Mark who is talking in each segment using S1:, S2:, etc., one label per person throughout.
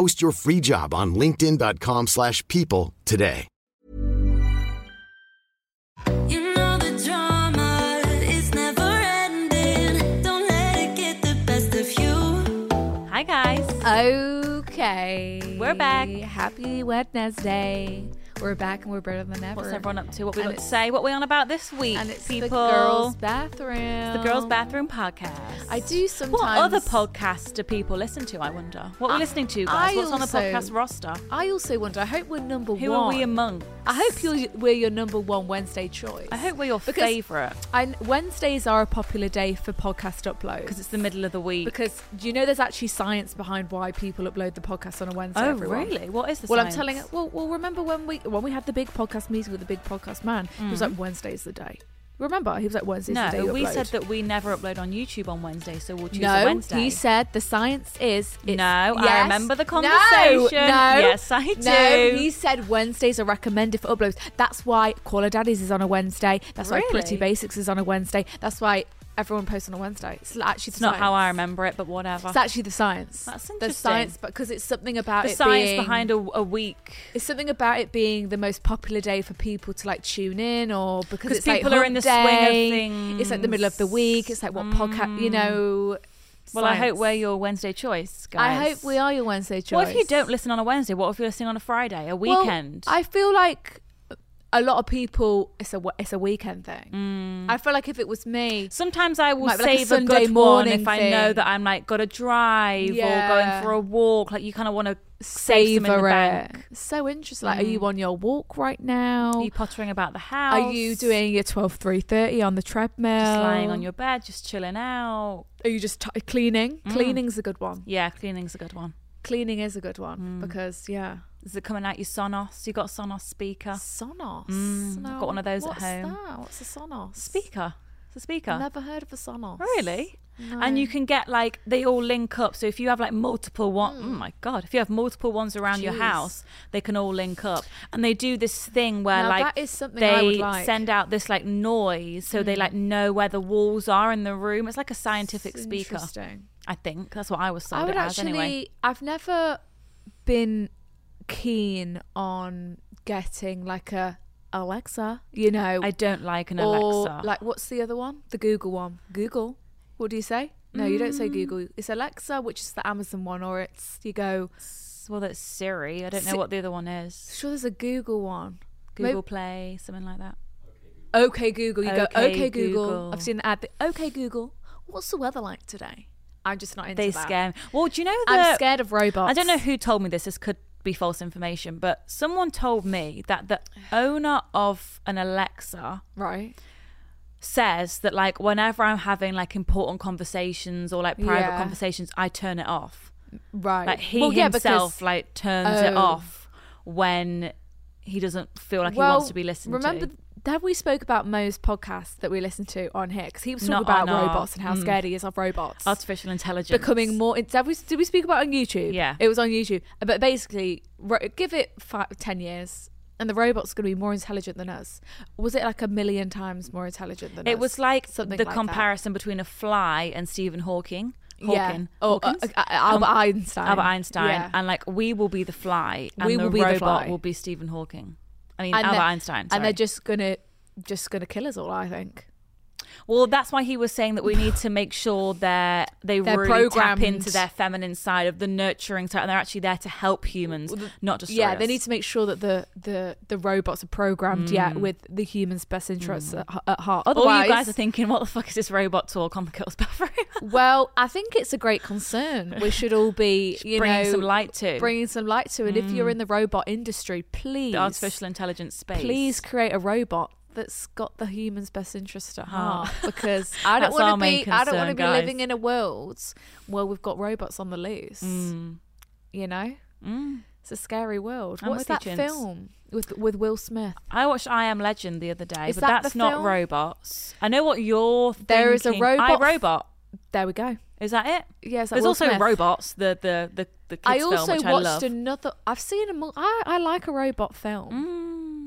S1: Post your free job on linkedin.com/people slash people today.
S2: You know the drama is never ending. Don't let it get the best of you.
S3: Hi guys.
S4: Uh, Okay.
S3: We're back.
S4: Happy Wednesday. We're back and we're better than ever.
S3: What's everyone up to? What we
S4: And
S3: got to
S4: it's-
S3: say? What we on about this week?
S4: And it's
S3: people.
S4: the girls' bathroom.
S3: It's the girls' bathroom podcast.
S4: I do
S3: What other
S4: sometimes-
S3: podcasts do people listen to? I wonder. What are we
S4: I-
S3: listening to, guys?
S4: I
S3: What's on the
S4: also-
S3: podcast roster?
S4: I also wonder. I hope we're number
S3: Who
S4: one.
S3: are we among?
S4: I hope you're, we're your number one Wednesday choice.
S3: I hope we're your
S4: Because
S3: favourite
S4: I, Wednesdays are a popular day for podcast uploads
S3: because it's the middle of the week.
S4: because do you know there's actually science behind why people upload the podcast on a Wednesday.
S3: oh
S4: everyone.
S3: really? What is the?
S4: Well, I'm
S3: science?
S4: telling it. Well, well, remember when we when we had the big podcast meeting with the big podcast man? He was like, "Wednesday's the day." Remember, he was like, "Wednesday's
S3: Mm. No,
S4: the day." you
S3: we
S4: upload."
S3: said that we never upload on YouTube on Wednesday, so we'll choose
S4: no,
S3: a Wednesday.
S4: he said the science is. It's,
S3: No, I
S4: Yes.
S3: remember the
S4: No,
S3: conversation.
S4: No,
S3: Yes, I
S4: No,
S3: do.
S4: he said Wednesdays are recommended for uploads. That's why Caller Daddies is on a Wednesday. That's why Pretty
S3: Really?
S4: Basics is on a Wednesday. That's why everyone posts on a Wednesday. It's actually
S3: it's
S4: the
S3: not how
S4: science.
S3: I remember it, but whatever.
S4: It's actually the science.
S3: That's
S4: The
S3: interesting.
S4: science, but because it's something about
S3: the
S4: it
S3: science
S4: being-
S3: behind a, a week.
S4: It's something about it being the most popular day for people to like tune in, or because
S3: 'Cause
S4: it's like
S3: people are
S4: hump
S3: in the swing of
S4: day. It's like the middle of the
S3: things. Mm.
S4: week. It's like what podcast, you know.
S3: Well, I hope
S4: science.
S3: we're your Wednesday choice, guys.
S4: I hope we are your Wednesday choice.
S3: What if you don't listen on a Wednesday? What if you're listening on a Friday, a
S4: Well,
S3: weekend?
S4: I feel like a lot of people. It's a it's a weekend thing.
S3: Mm.
S4: I feel like if it was me,
S3: Sometimes I will
S4: Might be like a
S3: save a,
S4: Sunday
S3: good one
S4: morning
S3: if I know
S4: thing.
S3: that I'm like got to drive or
S4: Yeah.
S3: going for a walk. Like you kind of want to save some in the
S4: savor it.
S3: bank. Mm.
S4: So interesting. Like, are you on your walk right now?
S3: Are you pottering about the house?
S4: Oh, Are you doing your 12 3.30 on the treadmill?
S3: just lying on your bed, just chilling out?
S4: Are you just t- cleaning?
S3: Mm.
S4: Cleaning's a good one.
S3: Yeah, cleaning's a good one.
S4: Cleaning is a good
S3: Hmm.
S4: one because yeah,
S3: Is it coming out your Sonos? You got a Sonos speaker?
S4: Sonos.
S3: Mm, I've got one of those at
S4: what's
S3: home.
S4: That? What's a Sonos?
S3: Speaker. It's a speaker.
S4: Never heard of a Sonos.
S3: Really?
S4: No.
S3: And you can get like they all link up. So if you have like multiple one, oh my god, if you have multiple ones around your
S4: Hmm. Jeez.
S3: house, they can all link up. And they do this thing where
S4: Now,
S3: like
S4: that is something
S3: they
S4: I would like. Hmm.
S3: send out this like noise, so they like know where the walls are in the room. It's like a scientific
S4: It's
S3: speaker.
S4: Interesting.
S3: I think that's what I was sold
S4: I would
S3: it
S4: actually.
S3: as anyway.
S4: I've never been keen on getting like a Alexa. You know,
S3: I don't like an
S4: or
S3: Alexa.
S4: like what's the other one? The Google one. Google. What do you say? No, you don't
S3: Mm.
S4: say Google. It's Alexa, which is the Amazon one, or it's you go.
S3: well, that's Siri. I don't know
S4: Si-
S3: what the other one is.
S4: Sure, there's a Google one. Maybe-
S3: Google Play, something like that.
S4: Okay, Google. You go,
S3: Okay,
S4: okay, Google.
S3: Google.
S4: I've seen the ad. that, Okay, Google. What's the weather like today? I'm just not into
S3: They
S4: that.
S3: scare me. Well, do you know
S4: I'm
S3: that
S4: scared of robots.
S3: I don't know who told me this. This could be false information, but someone told me that the owner of an Alexa
S4: Right.
S3: says that like whenever I'm having like important conversations or like private
S4: Yeah.
S3: conversations, I turn it off.
S4: Right.
S3: Like he
S4: Well, yeah,
S3: himself
S4: because-
S3: like turns it
S4: Oh.
S3: off when he doesn't feel like he wants to be listened
S4: remember,
S3: to.
S4: Have we spoke about Mo's podcast that we listened to on here? Because he was talking
S3: Not
S4: about
S3: on our-
S4: robots and how
S3: mm.
S4: scared he is of robots
S3: Artificial intelligence
S4: becoming more. Did we, did we speak about it on YouTube?
S3: Yeah.
S4: it was on YouTube. But basically, ro- give it five, ten years, and the robot's going to be more intelligent than us. Was it like a million times more intelligent than us?
S3: It was like
S4: Something
S3: the
S4: like that.
S3: comparison between a fly and Stephen Hawking. Hawking.
S4: Or uh,
S3: Hawkins? Um,
S4: uh, Albert Einstein.
S3: Albert Einstein,
S4: Yeah.
S3: and like we will be the fly, and
S4: We
S3: the
S4: Will Be the
S3: robot
S4: Fly.
S3: will be Stephen Hawking. I mean
S4: And
S3: Albert
S4: they're-
S3: Einstein.
S4: And they're
S3: sorry.
S4: just gonna just gonna kill us all. I think.
S3: well, that's why he was saying that we need to make sure that they
S4: They're
S3: really
S4: programmed.
S3: tap into their feminine side of the nurturing side, and they're actually there to help humans, not just
S4: yeah, they need to make sure that the the the robots are programmed. Yeah, with the humans' best interests at, at heart. Otherwise,
S3: Mm. All you guys are thinking, what the fuck is this robot talk on the girls' bathroom?
S4: well, I think it's a great concern. We should all be you
S3: bringing
S4: know
S3: some light to
S4: bringing some light to it. If you're in the robot industry, please
S3: Mm. the artificial intelligence space.
S4: please create a robot that's got the human's best interest at heart
S3: Oh.
S4: because I don't
S3: That's our
S4: want to be
S3: main
S4: I don't want to
S3: concern,
S4: be
S3: guys.
S4: living in a world where we've got robots on the loose.
S3: Mm.
S4: You know, it's a scary world.
S3: I'm
S4: What's
S3: with you,
S4: that
S3: Chintz.
S4: film with with Will Smith?
S3: I watched I Am Legend the other day,
S4: Is
S3: but
S4: that the
S3: that's not
S4: film?
S3: robots. I know what you're.
S4: There is a
S3: thinking.
S4: robot-
S3: I Robot.
S4: There we go.
S3: Is that it?
S4: Yeah, it's like
S3: There's
S4: Will
S3: also
S4: Smith.
S3: robots. The the the the kids
S4: I
S3: film,
S4: also
S3: which
S4: watched
S3: I love.
S4: another. I've seen a. mul- I I like a robot film.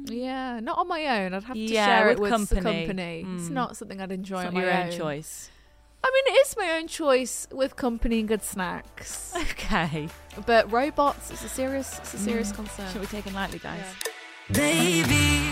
S4: Yeah, not on my own. I'd have to
S3: Mm. Yeah,
S4: share
S3: with
S4: it with the
S3: company. Mm.
S4: company. It's not something I'd enjoy
S3: It's
S4: on
S3: not
S4: my
S3: your own choice.
S4: I mean, it is my own choice with company and good snacks.
S3: Okay.
S4: But robots, it's a serious, it's a serious concern.
S3: Should Mm. we take it lightly, guys?
S2: Baby,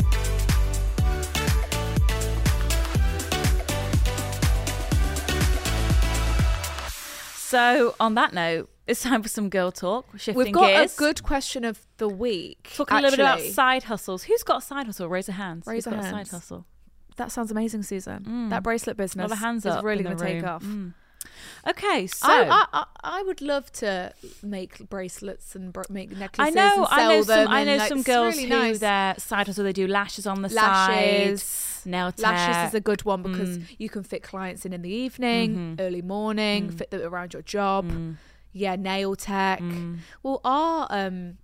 S3: So, on that note, it's time for some girl talk. Shifting
S4: We've got
S3: gears.
S4: a good question of the week.
S3: Talking a little bit about
S4: actually.
S3: side hustles. Who's got a side hustle? Raise your hands.
S4: Raise
S3: Who's
S4: your
S3: got a
S4: hands.
S3: side hustle?
S4: That sounds amazing, Susan. That bracelet business
S3: Well, the Mm. hands
S4: is
S3: up
S4: really
S3: in the
S4: going to take
S3: room.
S4: off.
S3: Mm. Okay, so
S4: I, I, I, I would love to make bracelets and br- make necklaces.
S3: I know,
S4: and
S3: I know
S4: sell them
S3: some, I
S4: and,
S3: know
S4: like,
S3: some
S4: it's
S3: girls
S4: really
S3: who
S4: nice.
S3: their side hustle they do lashes on the
S4: lashes.
S3: sides, nail tech.
S4: Lashes is a good one because
S3: Mm.
S4: you can fit clients in in the evening,
S3: Mm-hmm.
S4: early morning, fit them around your job.
S3: Mm.
S4: Yeah, nail tech. Well, our um,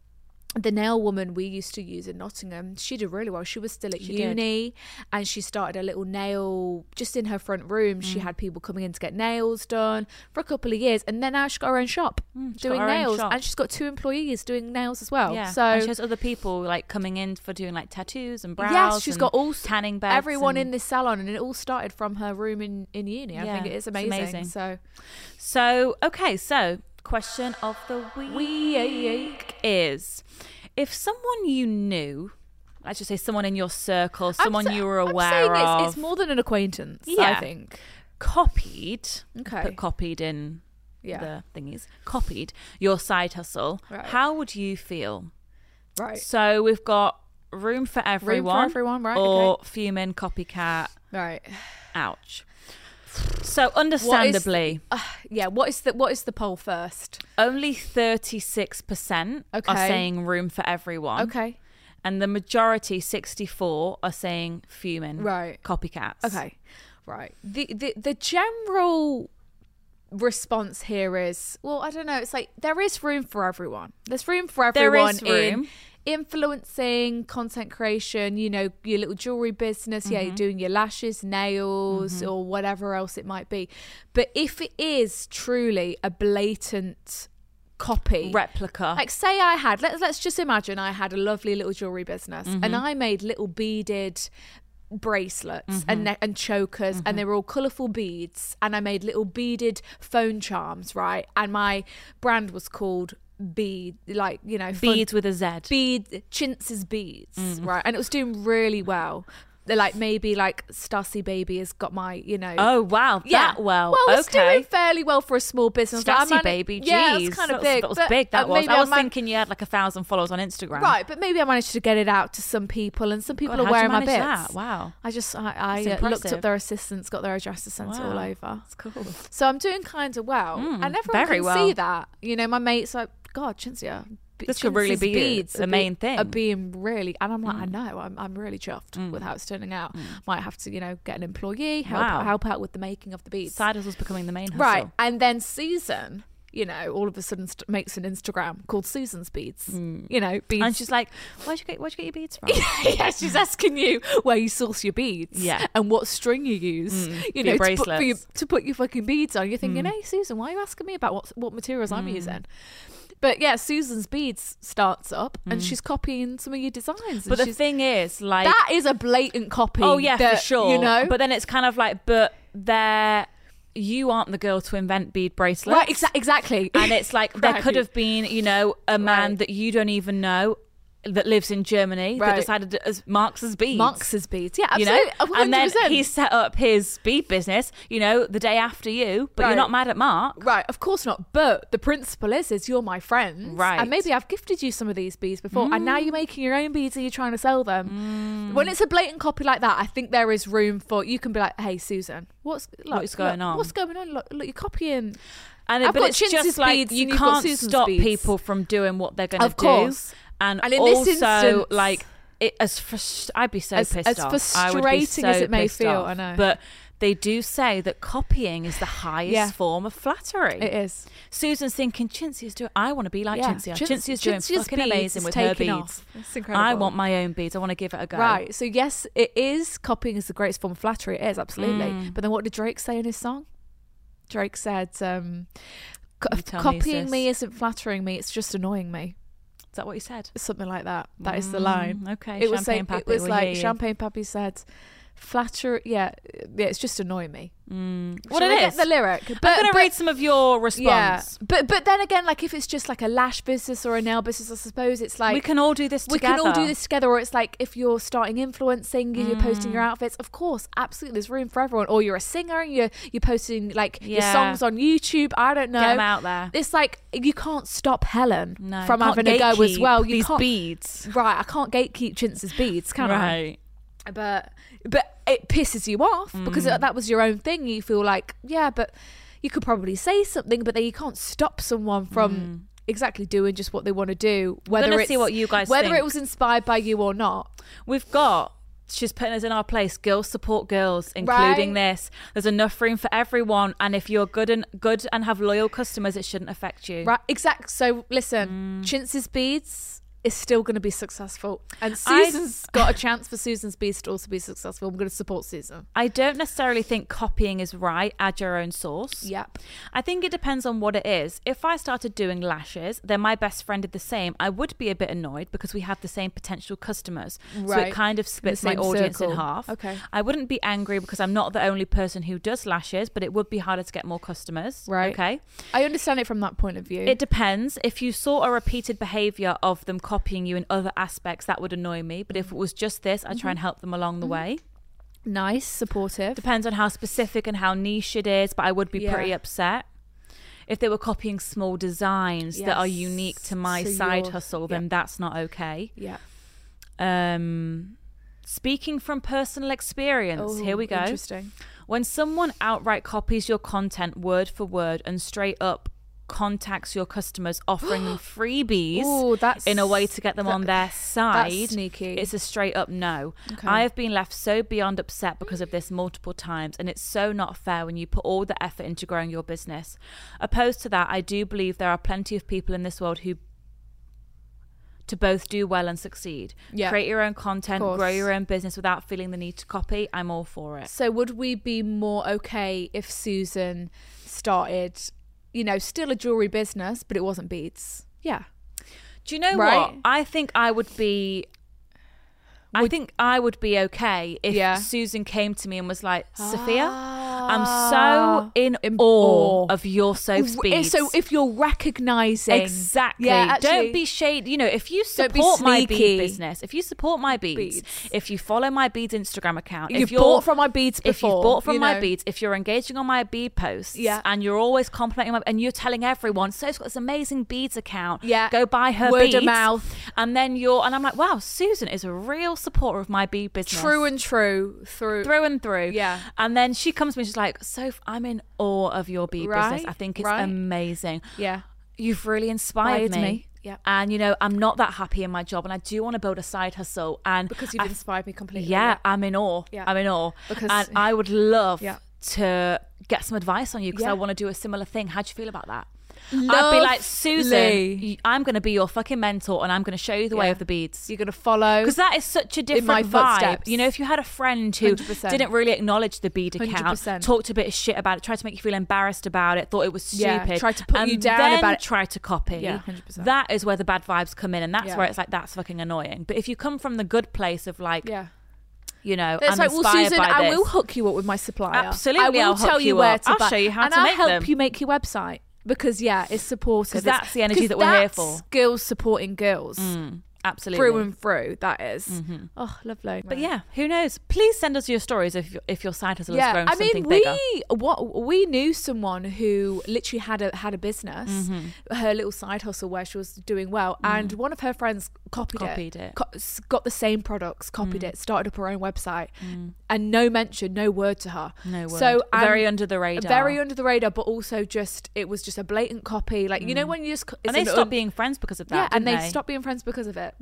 S4: the nail woman we used to use in Nottingham, she did really well. She was still at uni, and she started a little nail just in her front room.
S3: Mm.
S4: She had people coming in to get nails done for a couple of years, and then now she's got her own shop
S3: Mm, got
S4: doing
S3: her own
S4: nails,
S3: shop.
S4: and she's got two employees doing nails as well.
S3: Yeah.
S4: So
S3: and she has other people like coming in for doing like tattoos and brows.
S4: Yes, she's
S3: and
S4: got all
S3: tanning beds.
S4: Everyone
S3: and-
S4: in this salon, and it all started from her room in in uni. I
S3: Yeah,
S4: think it is
S3: it's
S4: amazing.
S3: amazing.
S4: So
S3: So okay, so question of the week is: if someone you knew, I should say someone in your circle, someone
S4: I'm sa-
S3: you were
S4: I'm
S3: aware
S4: saying
S3: of,
S4: It's, it's more than an acquaintance. I
S3: Yeah.
S4: think.
S3: copied.
S4: Okay.
S3: put copied in
S4: Yeah.
S3: the thingies. Copied your side hustle.
S4: Right.
S3: How would you feel?
S4: right.
S3: So we've got room for everyone,
S4: everyone, right,
S3: Or
S4: okay.
S3: fuming copycat.
S4: Right.
S3: Ouch. So
S4: What is-
S3: understandably.
S4: uh, yeah. What is the what is the poll first?
S3: only 36%
S4: Okay.
S3: are saying room for everyone.
S4: Okay.
S3: And the majority, 64, are saying fuming.
S4: Right.
S3: Copycats.
S4: Okay. Right. The the the general response here is well i don't know it's like there is room for everyone there's room for
S3: There
S4: everyone
S3: is
S4: in
S3: room.
S4: influencing content creation you know your little jewelry business yeah
S3: Mm-hmm.
S4: you're doing your lashes nails or whatever else it might be but if it is truly a blatant copy
S3: Replica.
S4: like say I had let's let's just imagine I had a lovely little jewelry business
S3: Mm-hmm.
S4: and I made little beaded bracelets
S3: Mm-hmm.
S4: and ne- and chokers and they were all colorful beads and I made little beaded phone charms right and my brand was called bead like you know fun-
S3: Beads with a Z.
S4: bead Chintz's beads,
S3: Mm.
S4: right? And it was doing really well. They're Like maybe like Stacy Baby has got my, you know.
S3: Oh, wow. That well.
S4: Well, it's
S3: okay.
S4: doing fairly well for a small business. Like, I
S3: Stacy
S4: manag-
S3: baby, jeez.
S4: yeah, it's kind
S3: that
S4: of
S3: was,
S4: big.
S3: That was
S4: but,
S3: big, that
S4: uh,
S3: was.
S4: maybe
S3: I was
S4: man-
S3: thinking you had like a thousand followers on Instagram.
S4: right, but maybe I managed to get it out to some people, and some people
S3: God,
S4: are
S3: how'd you
S4: wearing my bits.
S3: manage that? Wow.
S4: I just I, I
S3: It's
S4: uh, looked up
S3: impressive.
S4: their assistants, got their addresses, sent it all
S3: Wow.
S4: over.
S3: That's cool.
S4: So I'm doing kind of well, and everyone
S3: very
S4: can see
S3: well.
S4: that. You know, my mates are God, Chinzia. b-
S3: This could really
S4: Chinzia's
S3: be
S4: beads
S3: the
S4: are be-
S3: main thing. Hmm.
S4: Are being really, and I'm like, I know, I'm, I'm really chuffed with how it's turning out. Might have to, you know, get an employee help
S3: Wow.
S4: help out with the making of the beads.
S3: Side hustle's becoming the main hustle.
S4: Right, and then season. you know, all of a sudden st- makes an Instagram called Susan's Beads. You know, beads.
S3: Hmm. And she's like, where'd you get, where'd you get your beads from?
S4: yeah, she's asking you where you source your beads,
S3: Yeah. Mm,
S4: and what string you use, you
S3: for
S4: know,
S3: your
S4: to put, for your,
S3: bracelets. Mm.
S4: to put your fucking beads on. You're thinking, hey, Susan, why are you asking me about what what materials I'm using? But yeah, Susan's beads starts up, and she's copying some of your designs. and
S3: Mm. But the
S4: she's-
S3: thing is, like,
S4: that is a blatant copy.
S3: oh yeah,
S4: that,
S3: for sure.
S4: You know,
S3: but then it's kind of like, but there, you aren't the girl to invent bead bracelets,
S4: right, exa- exactly.
S3: And it's like there
S4: Right.
S3: could have been, you know, a man
S4: Right.
S3: that you don't even know that lives in Germany that
S4: Right.
S3: decided to- as marks as beads.
S4: Marx's beads, yeah,
S3: You
S4: absolutely.
S3: know, and then
S4: oh, 100%.
S3: he set up his bead business. You know, the day after you, but
S4: Right.
S3: you're not mad at Mark.
S4: Right, of course not. But the principle is, is you're my friend,
S3: Right. Mm.
S4: And maybe I've gifted you some of these beads before, and now you're making your own beads and you're trying to sell them. When it's a blatant copy like that, I think there is room for you can be like, "Hey, Susan, what's like,
S3: What's going
S4: look,
S3: on?"
S4: What's going on? Look, look you're copying."
S3: And
S4: I've
S3: but
S4: got
S3: it's
S4: Chintz's
S3: just like
S4: beads
S3: you
S4: and you've got
S3: can't
S4: Susan's
S3: stop
S4: beads.
S3: people from doing what they're going to
S4: Of
S3: do.
S4: course.
S3: And,
S4: And in
S3: also,
S4: this instance-
S3: like it, as frus- I'd be so
S4: As-
S3: pissed
S4: as
S3: off. I would be
S4: frustrating as
S3: so
S4: it may
S3: pissed
S4: feel,
S3: off.
S4: I know.
S3: But they do say that copying is the highest
S4: Yeah.
S3: form of flattery.
S4: It is.
S3: Susan's thinking Chintzy is doing. I want to be like
S4: Yeah.
S3: Chintzy.
S4: Chintz-
S3: Chintzy is doing
S4: Chintzy's
S3: fucking
S4: beads
S3: amazing
S4: is
S3: with her
S4: taking
S3: beads.
S4: off. It's incredible.
S3: I want my own beads. I want to give it a go.
S4: Right. So yes, it is copying is the greatest form of flattery. It is absolutely.
S3: Mm.
S4: But then what did Drake say in his song? Drake said, um, co-
S3: You tell me,
S4: "Copying
S3: sis.
S4: me isn't flattering me; it's just annoying me."
S3: Is that what you said?
S4: something like that. That is the line.
S3: Mm, okay,
S4: it was
S3: Champagne
S4: like
S3: Pappy,
S4: it was
S3: we hear
S4: like
S3: you.
S4: Champagne Pappy said, "Flatter, yeah, yeah, it's just annoying me."
S3: What
S4: Shall
S3: it
S4: I get
S3: is?
S4: the lyric? But,
S3: I'm going to
S4: but-
S3: read some of your
S4: Yeah,
S3: response.
S4: but but then again, like if it's just like a lash business or a nail business, I suppose it's like
S3: we can all do this
S4: we
S3: together.
S4: can all do this together. Or it's like if you're starting influencing, you're posting
S3: Mm.
S4: your outfits. Of course, absolutely, there's room for everyone. Or you're a singer and you're you're posting like your
S3: Yeah.
S4: songs on YouTube. I don't know.
S3: 'em out there.
S4: It's like you can't stop Helen
S3: No,
S4: from
S3: can't
S4: having a go as
S3: gatekeep
S4: well. You
S3: these
S4: can't,
S3: beads.
S4: Right, I can't gatekeep Chintz's beads, can I? But but it pisses you off because
S3: Mm.
S4: that was your own thing. You feel like, yeah, but you could probably say something, but then you can't stop someone from exactly doing just what they want to do. Whether
S3: Mm. gonna
S4: it's
S3: see what you guys
S4: whether
S3: think.
S4: it was inspired by you or not.
S3: We've got. She's putting us in our place. Girls support girls, including
S4: Right.
S3: this. There's enough room for everyone, and if you're good and good and have loyal customers, it shouldn't affect you.
S4: Right, exact. So listen,
S3: Mm.
S4: Chintz's beads is still going to be successful, and
S3: I-
S4: Susan's got a chance for Susan's beads to also be successful. I'm going to support Susan.
S3: I don't necessarily think copying is right. Add your own sauce.
S4: Yep.
S3: I think it depends on what it is. If I started doing lashes, then my best friend did the same. I would be a bit annoyed because we have the same potential customers. So
S4: Right.
S3: it kind of splits my
S4: same
S3: audience in
S4: circle.
S3: half.
S4: Okay.
S3: I wouldn't be angry because I'm not the only person who does lashes, but it would be harder to get more customers.
S4: Right.
S3: Okay.
S4: I understand it from that point of view.
S3: It depends. If you saw a repeated behavior of them copying you in other aspects, that would annoy me. But
S4: Mm.
S3: if it was just this, I'd
S4: Mm-hmm.
S3: try and help them along the way.
S4: nice, supportive.
S3: Depends on how specific and how niche it is, but I would be
S4: Yeah.
S3: pretty upset. If they were copying small designs that are
S4: Yes.
S3: unique to my
S4: So
S3: side
S4: you're-
S3: hustle, then
S4: yeah.
S3: that's not okay.
S4: Yeah.
S3: Um, speaking from personal experience,
S4: Oh,
S3: here we go.
S4: Interesting.
S3: When someone outright copies your content word for word and straight up contacts your customers offering them freebies
S4: Ooh, that's-
S3: in a way to get them on their side
S4: sneaky.
S3: it's a straight up no
S4: Okay.
S3: i have been left so beyond upset because of this multiple times and it's so not fair when you put all the effort into growing your business opposed to that i do believe there are plenty of people in this world who to both do well and succeed
S4: Yeah.
S3: create your own content
S4: Course.
S3: grow your own business without feeling the need to copy i'm all for it
S4: So would we be more okay if Susan started, you know, still a jewelry business, but it wasn't beads? Yeah.
S3: Do you know what?
S4: Right?
S3: I think I would be. I think I would be okay if
S4: Yeah.
S3: Susan came to me and was like, Sophia, I'm so in, awe,
S4: awe.
S3: of your soap speed.
S4: eh, So if you're recognizing
S3: Exactly.
S4: yeah, actually-
S3: don't be shade. You know, if you
S4: Don't be
S3: support my bead
S4: sneaky.
S3: business, if you support my beads,
S4: Beads.
S3: if you follow my beads Instagram account,
S4: You've
S3: if you're-
S4: bought from my beads
S3: if you've
S4: before,
S3: bought from
S4: you
S3: my
S4: know.
S3: beads, if you're engaging on my bead posts,
S4: Yeah.
S3: and you're always complimenting my, and you're telling everyone, so it's got this amazing beads account.
S4: Yeah.
S3: go buy her
S4: Word of
S3: beads.
S4: mouth.
S3: and then you're, and I'm like, wow, Susan is a real supporter of my bead business,
S4: true and true through
S3: through and through.
S4: Yeah.
S3: And then she comes to me, she's like, Soph, I'm in awe of your bead
S4: Right,
S3: business. I think it's
S4: right.
S3: amazing
S4: yeah.
S3: you've really inspired
S4: Inspired
S3: me.
S4: me. Yep.
S3: And you know, I'm not that happy in my job and I do want to build a side hustle and
S4: Because you've
S3: I-
S4: inspired me completely.
S3: Yeah, I'm in awe.
S4: Yeah.
S3: I'm in awe.
S4: Because-
S3: and I would love
S4: Yeah.
S3: to get some advice on you because
S4: Yeah.
S3: I want to do a similar thing. How do you feel about that? I'd be like, Susan,
S4: Lovely.
S3: y- I'm going to be your fucking mentor and I'm going to show you the way
S4: Yeah.
S3: of the beads.
S4: You're gonna follow
S3: Because that is such a
S4: in my
S3: different vibe.
S4: footsteps.
S3: You know, if you had a friend who
S4: 100%.
S3: didn't really acknowledge the bead account,
S4: 100%.
S3: talked a bit of shit about it, tried to make you feel embarrassed about it, thought it was
S4: Yeah,
S3: stupid,
S4: tried to put
S3: and
S4: you down
S3: then
S4: about it.
S3: tried to copy.
S4: Yeah, 100%.
S3: That is where the bad vibes come in, and that's
S4: Yeah.
S3: where it's like that's fucking annoying. But if you come from the good place of like,
S4: Yeah.
S3: you know,
S4: It's
S3: I'm
S4: like, well,
S3: inspired
S4: Susan,
S3: by
S4: I
S3: this.
S4: will hook you up with my supplier.
S3: Absolutely,
S4: I will
S3: I'll hook
S4: tell you,
S3: you
S4: where
S3: up.
S4: to
S3: I'll
S4: buy.
S3: show you how
S4: and
S3: to
S4: I'll
S3: make
S4: help
S3: them.
S4: you make your website because yeah, it's supportive.
S3: 'Cause that's the energy
S4: 'cause
S3: that we're here
S4: that's
S3: for. Mm,
S4: Girls supporting girls
S3: Absolutely.
S4: through and through. That is. oh, lovely.
S3: Mm-hmm. But yeah, who knows? Please send us your stories if your, if your side hustle has grown
S4: I
S3: something
S4: mean,
S3: bigger.
S4: we what we knew someone who literally had a had a business,
S3: Mm-hmm.
S4: her little side hustle where she was doing well, and one of her friends copied,
S3: Mm. Copied it. Mm.
S4: co- s- got the same products, copied it, started up her own website, and no mention, no word to her,
S3: No
S4: So
S3: word. Very
S4: and-
S3: under the radar.
S4: very under the radar, but also just it was just a blatant copy. Like you know when you just c-
S3: Mm.
S4: it's
S3: and they
S4: an
S3: stopped
S4: un-
S3: being friends because of that.
S4: yeah, and
S3: didn't Mm.
S4: they, stop being friends because of it.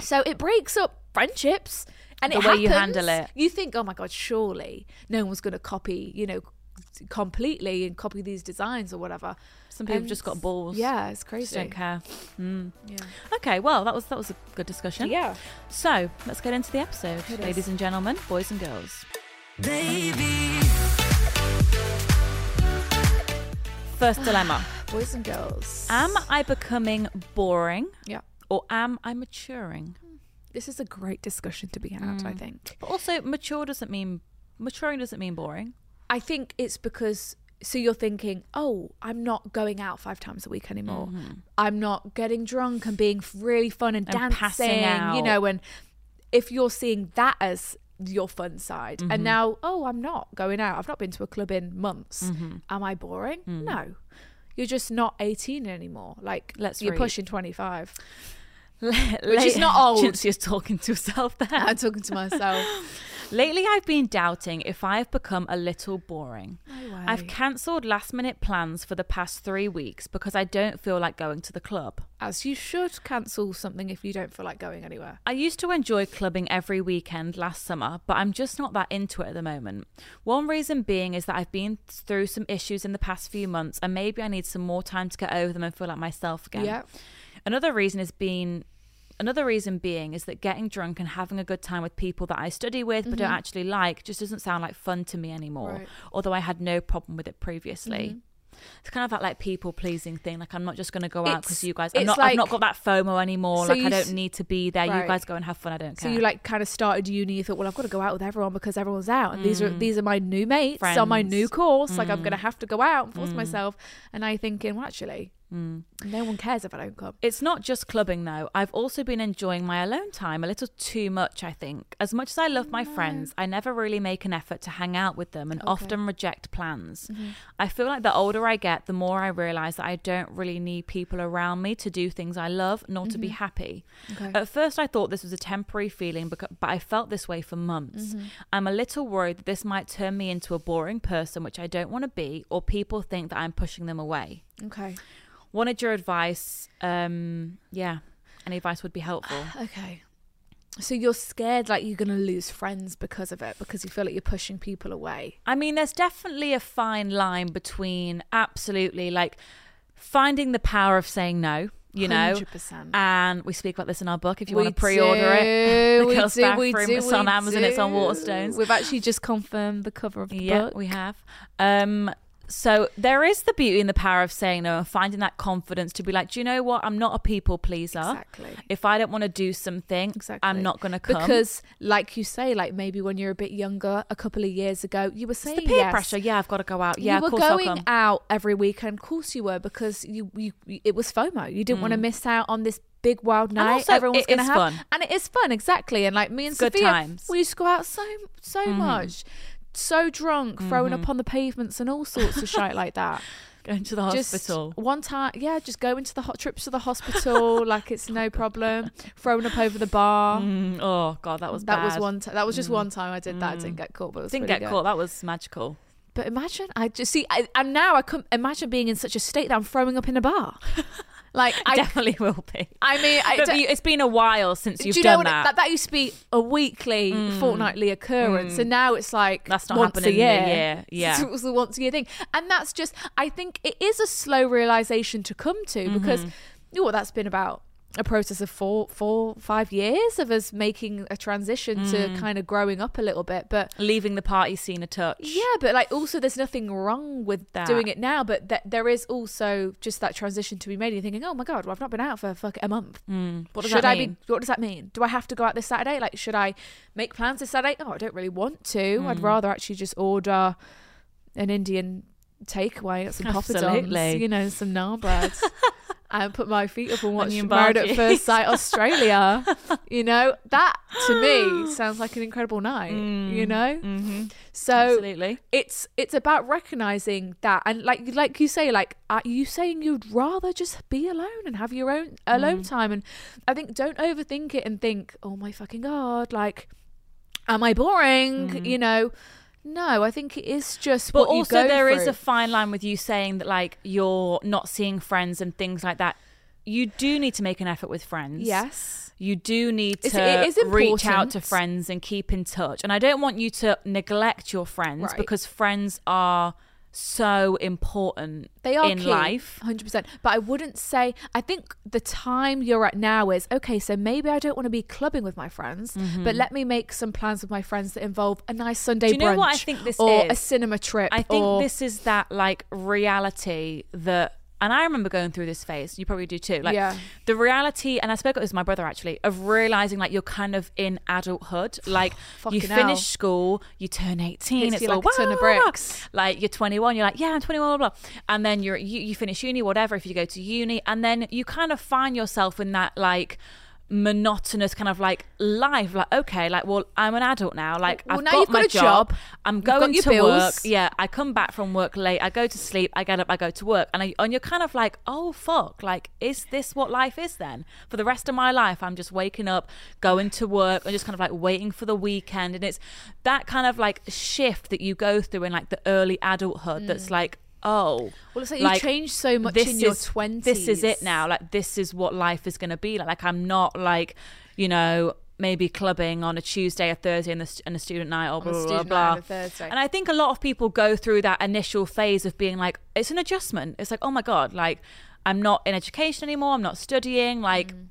S4: So it breaks up friendships, and
S3: The
S4: it
S3: way you
S4: happens.
S3: handle it.
S4: You think, oh my god, surely no one's going to copy, you know, completely and copy these designs or whatever.
S3: Some people
S4: And
S3: just got balls.
S4: Yeah, it's
S3: Just
S4: crazy.
S3: don't care. Mm. Okay, well, that was that was a good discussion.
S4: Yeah.
S3: So let's get into the episode,
S4: It is.
S3: ladies and gentlemen, boys and girls.
S2: Baby,
S3: First dilemma:
S4: Boys and girls.
S3: Am I becoming boring,
S4: yeah.
S3: or am I maturing?
S4: This is a great discussion to be had.
S3: Mm.
S4: I think.
S3: But also, mature doesn't mean maturing doesn't mean boring.
S4: I think it's because so you're thinking, oh, I'm not going out five times a week anymore. I'm not getting drunk and being f- really fun Mm-hmm. and,
S3: And passing
S4: dancing, you
S3: out.
S4: know. And if you're seeing that as your fun side, and now, oh, I'm not going out. I've not been to a club in months. Am I boring? No. You're just not 18 anymore. Like
S3: Let's
S4: you're
S3: read.
S4: pushing 25.
S3: Which
S4: is not old.
S3: She's talking to herself there.
S4: I'm talking to myself.
S3: Lately, I've been doubting if I've become a little boring.
S4: way.
S3: I've cancelled last minute plans for the past three weeks because I don't feel like going to the club.
S4: as you should cancel something if you don't feel like going anywhere.
S3: I used to enjoy clubbing every weekend last summer, but I'm just not that into it at the moment. One reason being is that I've been through some issues in the past few months and maybe I need some more time to get over them and feel like myself again.
S4: Yeah.
S3: Another reason is being another reason being is that getting drunk and having a good time with people that I study with but don't actually like just doesn't sound like fun to me anymore.
S4: Mm-hmm. Right. Mm-hmm.
S3: Although I had no problem with it previously. It's kind of that like people pleasing thing. Like I'm not just going to go out because
S4: It's-
S3: you guys. I'm
S4: it's
S3: not. I've not got
S4: like-
S3: that FOMO anymore.
S4: So
S3: like
S4: you
S3: I don't
S4: s-
S3: need to be there. You
S4: Right.
S3: guys go and have fun. I don't
S4: So
S3: care.
S4: you like kind of started uni. You thought, well, I've got to go out with everyone because everyone's out, and these are these are my new mates on my new
S3: Mm. Friends. Mm.
S4: course. Like I'm gonna have to go out and force myself. And I thinking, well, actually,
S3: Mm.
S4: no one cares if I don't come.
S3: It's not just clubbing though. I've also been enjoying my alone time a little too much, I think. As much as I love my friends, I never really make an effort to hang out with them and often reject plans. I feel like the older I get, the more I realize that I don't really need people around me to do things I love nor to be happy. At first, I thought this was a temporary feeling, becau- but I felt this way for months. I'm a little worried that this might turn me into a boring person, which I don't want to be, or people think that I'm pushing them away
S4: Okay,
S3: wanted your advice um yeah any advice would be helpful
S4: okay. So you're scared like you're gonna lose friends because of it because you feel like you're pushing people away.
S3: i mean there's definitely a fine line between absolutely like finding the power of saying no you know
S4: 100%.
S3: and we speak about this in our book if you
S4: We
S3: want to pre-order
S4: do,
S3: it the
S4: we
S3: girls
S4: do, we
S3: bathroom
S4: do,
S3: it's on
S4: we
S3: amazon it's on
S4: do.
S3: waterstones
S4: We've actually just confirmed the cover of the
S3: yeah
S4: book.
S3: we have um so there is the beauty in the power of saying no and finding that confidence to be like do you know what i'm not a people pleaser
S4: Exactly.
S3: if i don't want to do something
S4: Exactly.
S3: i'm not going to come
S4: Because, like you say, like maybe when you're a bit younger, a couple of years ago, you were
S3: It's
S4: saying
S3: the peer
S4: yes.
S3: pressure. Yeah, I've got to go out. Yeah,
S4: you were
S3: of course I'll
S4: going
S3: come.
S4: out every weekend. Of course you were because you, you, you- it was FOMO. You didn't want to miss out on this big wild night.
S3: Mm. also,
S4: Everyone's
S3: it
S4: going to
S3: is
S4: have,
S3: fun.
S4: and it is fun exactly. And like me and
S3: It's good
S4: Sophia,
S3: times. Mm-hmm.
S4: we used to go out so so much, so drunk, throwing up on the pavements and all sorts of shit like that.
S3: Going to the hospital.
S4: Just one time, yeah, just go into the hot trips to the hospital like it's no problem. Throwing up over the bar.
S3: Mm, oh god, that was
S4: that
S3: bad. Mm.
S4: was one. T- that was just one time I did that. I didn't get caught, but it was
S3: Didn't
S4: pretty
S3: get
S4: good.
S3: caught. That was magical.
S4: But imagine I just see, I, and now I couldn't imagine being in such a state that I'm throwing up in a bar. Like I
S3: definitely will be.
S4: I mean, I
S3: But
S4: don't-
S3: you- it's been a while since you've
S4: do you know
S3: done
S4: what it-
S3: that. Mm.
S4: that? That used to be a weekly, fortnightly occurrence, and now it's like
S3: That's not
S4: once
S3: happening
S4: a year.
S3: in a year. Yeah.
S4: So it was the once a year thing, and that's just. I think it is a slow realization to come to
S3: Mm-hmm.
S4: because, you know, that's been about a process of four, four, five years of us making a transition
S3: Mm.
S4: to kind of growing up a little bit, but.
S3: Leaving the party scene a touch.
S4: Yeah, but like also, there's nothing wrong with
S3: That.
S4: doing it now, but th- there is also just that transition to be made. You're thinking, oh my god, well, I've not been out for fuck a month.
S3: What does
S4: should
S3: that
S4: I be?
S3: mean?
S4: Hmm. What does that mean? Do I have to go out this Saturday? Like, should I make plans this Saturday? Oh, I don't really want to. I'd rather actually just order an Indian takeaway, get some poppadoms,
S3: Absolutely.
S4: you know, some naan breads, and put my feet up and watch
S3: Onion
S4: Married at
S3: bhajis.
S4: First Sight Australia. you know, that to me sounds like an incredible night. You know, so
S3: Absolutely.
S4: it's it's about recognizing that and like like you say like are you saying you'd rather just be alone and have your own
S3: Mm.
S4: alone time and i think don't overthink it and think oh my fucking god like am i boring you know no i think it is just
S3: Mm-hmm. But
S4: what you
S3: also,
S4: go
S3: there is
S4: through.
S3: a fine line with you saying that, like, you're not seeing friends and things like that. You do need to make an effort with friends.
S4: yes
S3: You do need to
S4: It's- it is
S3: reach out to
S4: important.
S3: friends and keep in touch. And I don't want you to neglect your friends
S4: Right.
S3: because friends are so important
S4: they are
S3: in
S4: key,
S3: life.
S4: 100% but i wouldn't say i think the time you're at now is okay so maybe i don't want to be clubbing with my friends but let me make some plans with my friends that involve a nice sunday
S3: Mm-hmm. Do you know
S4: brunch
S3: what I think this
S4: or a
S3: is?
S4: cinema trip
S3: I think
S4: or-
S3: this is that like reality that, and I remember going through this phase. You probably do too. Like
S4: Yeah.
S3: the reality, and I spoke about this with my brother actually, of realizing like you're kind of in adulthood. Like you
S4: Fucking
S3: finish
S4: hell.
S3: school, you turn eighteen,
S4: Hits
S3: it's
S4: you
S3: all
S4: like a ton of
S3: "Wah, wah, wah."
S4: bricks.
S3: Like you're 21, you're like yeah, I'm 21, blah blah, and then you're you, you finish uni, whatever. If you go to uni, and then you kind of find yourself in that like monotonous kind of like life like okay like well i'm an adult now like
S4: Well,
S3: i've
S4: now
S3: got
S4: you've got
S3: my
S4: a job.
S3: i'm
S4: You've got
S3: going
S4: your
S3: to work
S4: bills.
S3: yeah i come back from work late i go to sleep i get up i go to work and, I, and you're kind of like oh fuck like is this what life is then for the rest of my life i'm just waking up going to work and just kind of like waiting for the weekend and it's that kind of like shift that you go through in like the early adulthood that's like oh
S4: Well, it's like you change so much in your
S3: is- This is it
S4: 20s.
S3: now. Like this is what life is going to be like. Like I'm not like you know maybe clubbing on a Tuesday or Thursday and a, st- and a student night or blah
S4: a
S3: blah blah.
S4: student night
S3: blah.
S4: and a Thursday.
S3: And I think a lot of people go through that initial phase of being like it's an adjustment. It's like oh my god, like I'm not in education anymore. I'm not studying. Like
S4: Mm-hmm.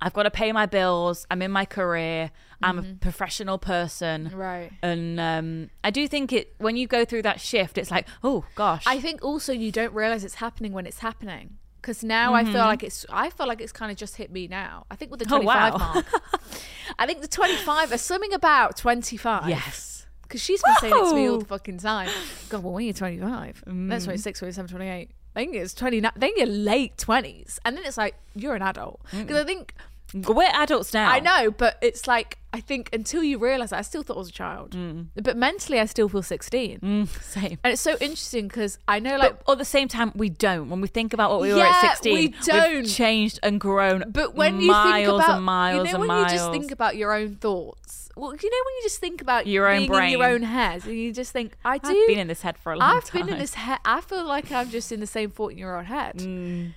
S3: I've got to pay my bills. I'm in my career. I'm a professional person.
S4: Mm-hmm. Right.
S3: And um, I do think it when you go through that shift, it's like, oh gosh,
S4: I think also you don't realize it's happening when it's happening because now I feel like it's I feel like it's kind of just hit me now. I think with the
S3: Mm-hmm. Oh,
S4: 25
S3: wow.
S4: mark. I think the 25 there's something about 25.
S3: yes.
S4: Because she's been saying it to me all the fucking time. God, well, when you're 25,
S3: Mm.
S4: that's 26, 27, 28. I think it's 29. Then you're late 20s. And then it's like, you're an adult. Because
S3: Mm.
S4: I think,
S3: We're adults now.
S4: I know, but it's like, I think until you realize that, I still thought I was a child.
S3: Mm.
S4: But mentally, I still feel 16.
S3: Same.
S4: And it's so interesting because I know, like,
S3: But at the same time, we don't. When we think about what we were
S4: Yeah,
S3: at 16,
S4: we
S3: we've
S4: don't.
S3: changed and grown.
S4: But when you
S3: miles
S4: think about
S3: and miles
S4: you know
S3: and
S4: when
S3: miles.
S4: you just think about your own thoughts. Well, you know when you just think about
S3: Your own
S4: being in your
S3: brain.
S4: own head, and you just think, I do.
S3: I've been in this head for a long
S4: I've been in
S3: time.
S4: this head. I feel like I'm just in the same fourteen-year-old head.
S3: Mm.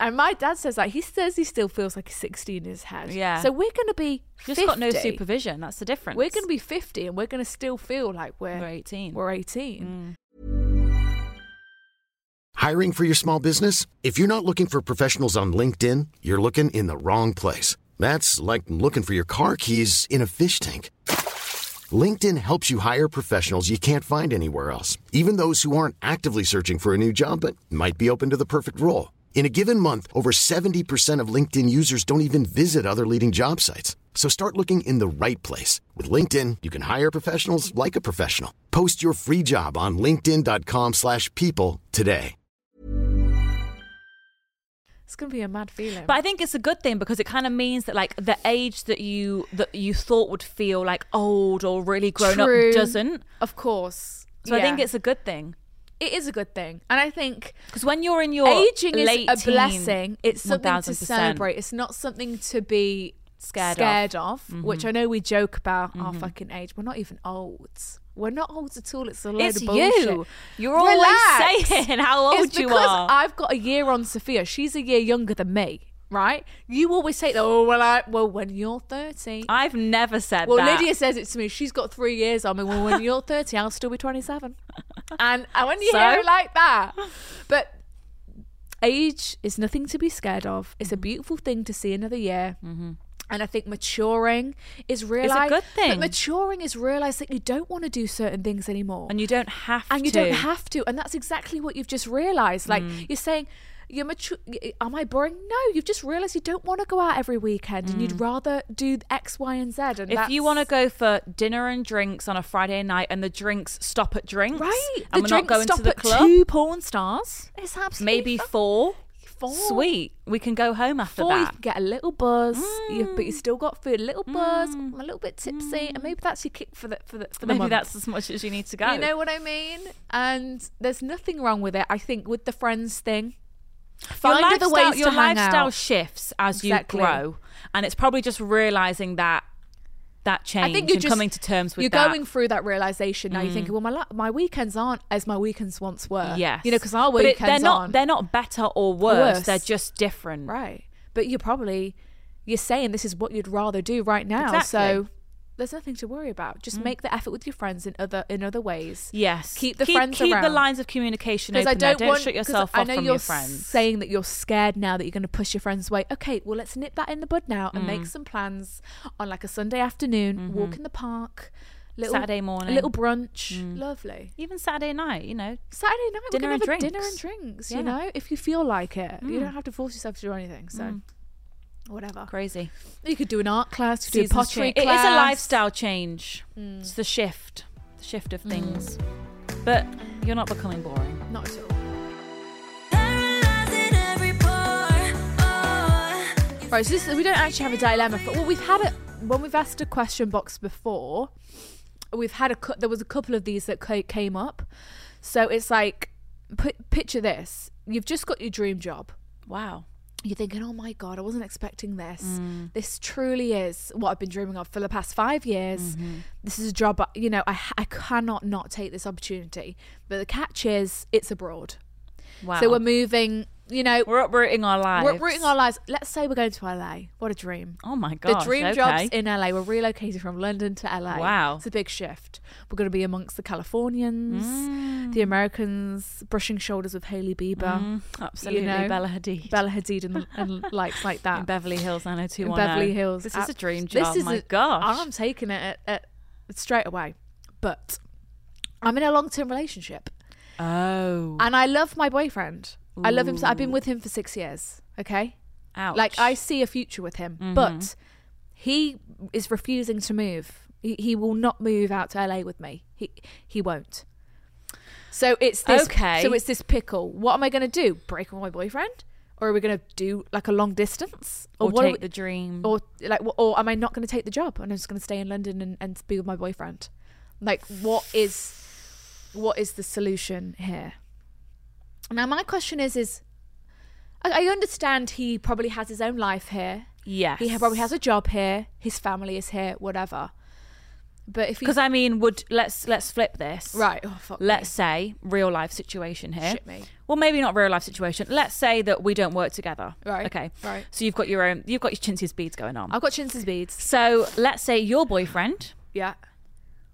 S4: And my dad says that he says he still feels like he's sixty in his head.
S3: Yeah.
S4: So we're gonna be
S3: just got no
S4: 50.
S3: supervision. That's the difference.
S4: We're gonna be fifty, and we're gonna still feel like we're
S3: We're Mm. 18.
S4: We're eighteen.
S1: Hiring for your small business? If you're not looking for professionals on LinkedIn, you're looking in the wrong place. That's like looking for your car keys in a fish tank. LinkedIn helps you hire professionals you can't find anywhere else, even those who aren't actively searching for a new job but might be open to the perfect role. In a given month, over 70% of LinkedIn users don't even visit other leading job sites. So start looking in the right place. With LinkedIn, you can hire professionals like a professional. Post your free job on linkedin.com/people slash people today.
S4: It's gonna be a mad feeling.
S3: Mm. But I think it's a good thing because it kind of means that like the age that you that you thought would feel like old or really grown
S4: True.
S3: up doesn't.
S4: of course.
S3: So I think
S4: Yeah.
S3: it's a good thing
S4: it is a good thing, and I think
S3: because when you're in your
S4: aging
S3: late
S4: is a
S3: teen-
S4: blessing. It's something to
S3: 1000%.
S4: celebrate. It's not something to be
S3: Scared of. Mm-hmm.
S4: of, which I know we joke about our fucking age. We're not even old. We're not old at all. It's a load
S3: It's
S4: of bullshit.
S3: you. You're always
S4: Relax.
S3: saying how old
S4: it's
S3: you
S4: because
S3: are.
S4: I've got a year on Sophia. She's a year younger than me, right? You always say, "Oh well, I well when you're 30.
S3: I've never said
S4: well,
S3: that.
S4: Lydia says it to me. She's got three years on me. Well, when you're 30, I'll still be 27. And and when you
S3: So?
S4: hear it like that, but age is nothing to be scared of. It's a
S3: Mm-hmm.
S4: beautiful thing to see another year. And I think maturing is realizing
S3: good
S4: But
S3: thing.
S4: maturing is realizing that you don't want to do certain things anymore
S3: and you don't have
S4: and you
S3: to.
S4: don't have to and that's exactly what you've just realized like
S3: Mm.
S4: you're saying you're mature am i boring no you've just realized you don't want to go out every weekend and you'd rather do x y and z and
S3: Mm. If you
S4: that's-
S3: want to go for dinner and drinks on a Friday night, and the drinks stop at drinks,
S4: right
S3: and
S4: the
S3: we're
S4: drinks
S3: not going
S4: stop
S3: to the
S4: at
S3: club,
S4: two porn stars it's absolutely
S3: maybe
S4: fucking
S3: four.
S4: four
S3: Sweet, we can go home after
S4: Oh. Four, you
S3: that.
S4: can get a little buzz, you,
S3: Mm.
S4: but you still got food. A little buzz, I'm a little bit tipsy, and maybe that's your kick for the for the for the
S3: Maybe
S4: month.
S3: that's as much as you need to go.
S4: You know what I mean? And there's nothing wrong with it. I think with the friends thing, find
S3: your
S4: other
S3: lifestyle,
S4: ways
S3: your
S4: to hang
S3: lifestyle
S4: out.
S3: shifts as
S4: Exactly.
S3: you grow, and it's probably just realizing that that change
S4: I think you're
S3: and
S4: just
S3: coming to terms with
S4: you're
S3: that. Mm.
S4: going through that realization now. You're thinking, well, my li- my weekends aren't as my weekends once were.
S3: yes,
S4: Uh, you know, because our
S3: But
S4: weekends
S3: it- they're not
S4: aren't.
S3: they're not better or worse.
S4: Worse.
S3: They're just different.
S4: right, but you're probably you're saying this is what you'd rather do right now. So
S3: Exactly. Mm.
S4: there's nothing to worry about. Just make the effort with your friends in other in other ways.
S3: Yes,
S4: keep the
S3: keep,
S4: friends
S3: keep the
S4: around.
S3: lines of communication
S4: Because
S3: open.
S4: I
S3: there.
S4: don't want
S3: shut
S4: 'cause
S3: yourself
S4: I
S3: off
S4: know
S3: from
S4: you're
S3: your friends.
S4: saying that you're scared now that you're going to push your friends away. Okay, well let's nip that in the bud now and
S3: Mm.
S4: make some plans on like a Sunday afternoon, walk in the park, little,
S3: Mm-hmm. Saturday morning. Mm.
S4: a little brunch, lovely.
S3: even Saturday night, you know,
S4: Saturday night,
S3: Dinner
S4: we're
S3: and
S4: gonna have a dinner and
S3: drinks.
S4: drinks.
S3: Yeah. Mm.
S4: You know, if you feel like it, you don't have to force yourself to do anything. So, whatever.
S3: crazy.
S4: You could do an art class. You could do a
S3: Seasons
S4: pottery
S3: change. It
S4: class.
S3: is
S4: Mm.
S3: a lifestyle change. It's the shift, the shift of things. But you're not becoming boring.
S4: Not at all.
S2: Paralyzing every pore. Oh.
S4: Right. So this, we don't actually have a dilemma. For, well, we've had it when we've asked a question box before. We've had a cou- there was a couple of these that ca- came up. So it's like, put, picture this: you've just got your dream job.
S3: Wow.
S4: you're thinking, oh my God, I wasn't expecting this.
S3: Mm.
S4: This truly is what I've been dreaming of for the past five years.
S3: Mm-hmm.
S4: This is a job, I- you know, I, I cannot not take this opportunity. But the catch is, it's abroad.
S3: Wow.
S4: So we're moving, you know,
S3: we're uprooting our lives.
S4: we're uprooting our lives. Let's say we're going to LA. What a dream.
S3: Oh my gosh.
S4: the dream
S3: okay.
S4: jobs in LA were relocated from London to LA.
S3: Wow.
S4: It's a big shift. We're going to be amongst the Californians, the Americans, brushing shoulders with Hailey Bieber.
S3: Mm, absolutely,
S4: know,
S3: Bella Hadid.
S4: Bella Hadid and, and likes like that.
S3: in Beverly Hills, I know two oh.
S4: in Beverly Hills.
S3: This
S4: Ab-
S3: is a dream job.
S4: This is
S3: my
S4: a-
S3: gosh.
S4: I'm taking it at, at, straight away. But I'm in a long term relationship
S3: oh.
S4: and I love my boyfriend. I love him. So I've been with him for six years. Okay.
S3: Ouch. Mm-hmm.
S4: Like I see a future with him, but he is refusing to move. He, he will not move out to LA with me. He he won't. So it's this.
S3: Okay.
S4: So it's this pickle. What am I going to do? Break up with my boyfriend, or are we going to do like a long distance,
S3: or
S4: what are
S3: take the
S4: we-
S3: dream.
S4: or like wh- or am i not going to take the job and i'm just going to stay in london and, and be with my boyfriend like what is what is the solution here now my question is is i, I understand he probably has his own life here
S3: yes.
S4: he ha- probably has a job here his family is here whatever but if he
S3: Because I mean, would let's let's flip this.
S4: right oh, fuck me.
S3: let's say real life situation here.
S4: Shit me.
S3: Well, maybe not real life situation. Let's say that we don't work together.
S4: Right,
S3: Okay.
S4: right.
S3: So you've got your own. You've got your chintzy's beads going on.
S4: i've got chintz's beads
S3: So let's say your boyfriend
S4: yeah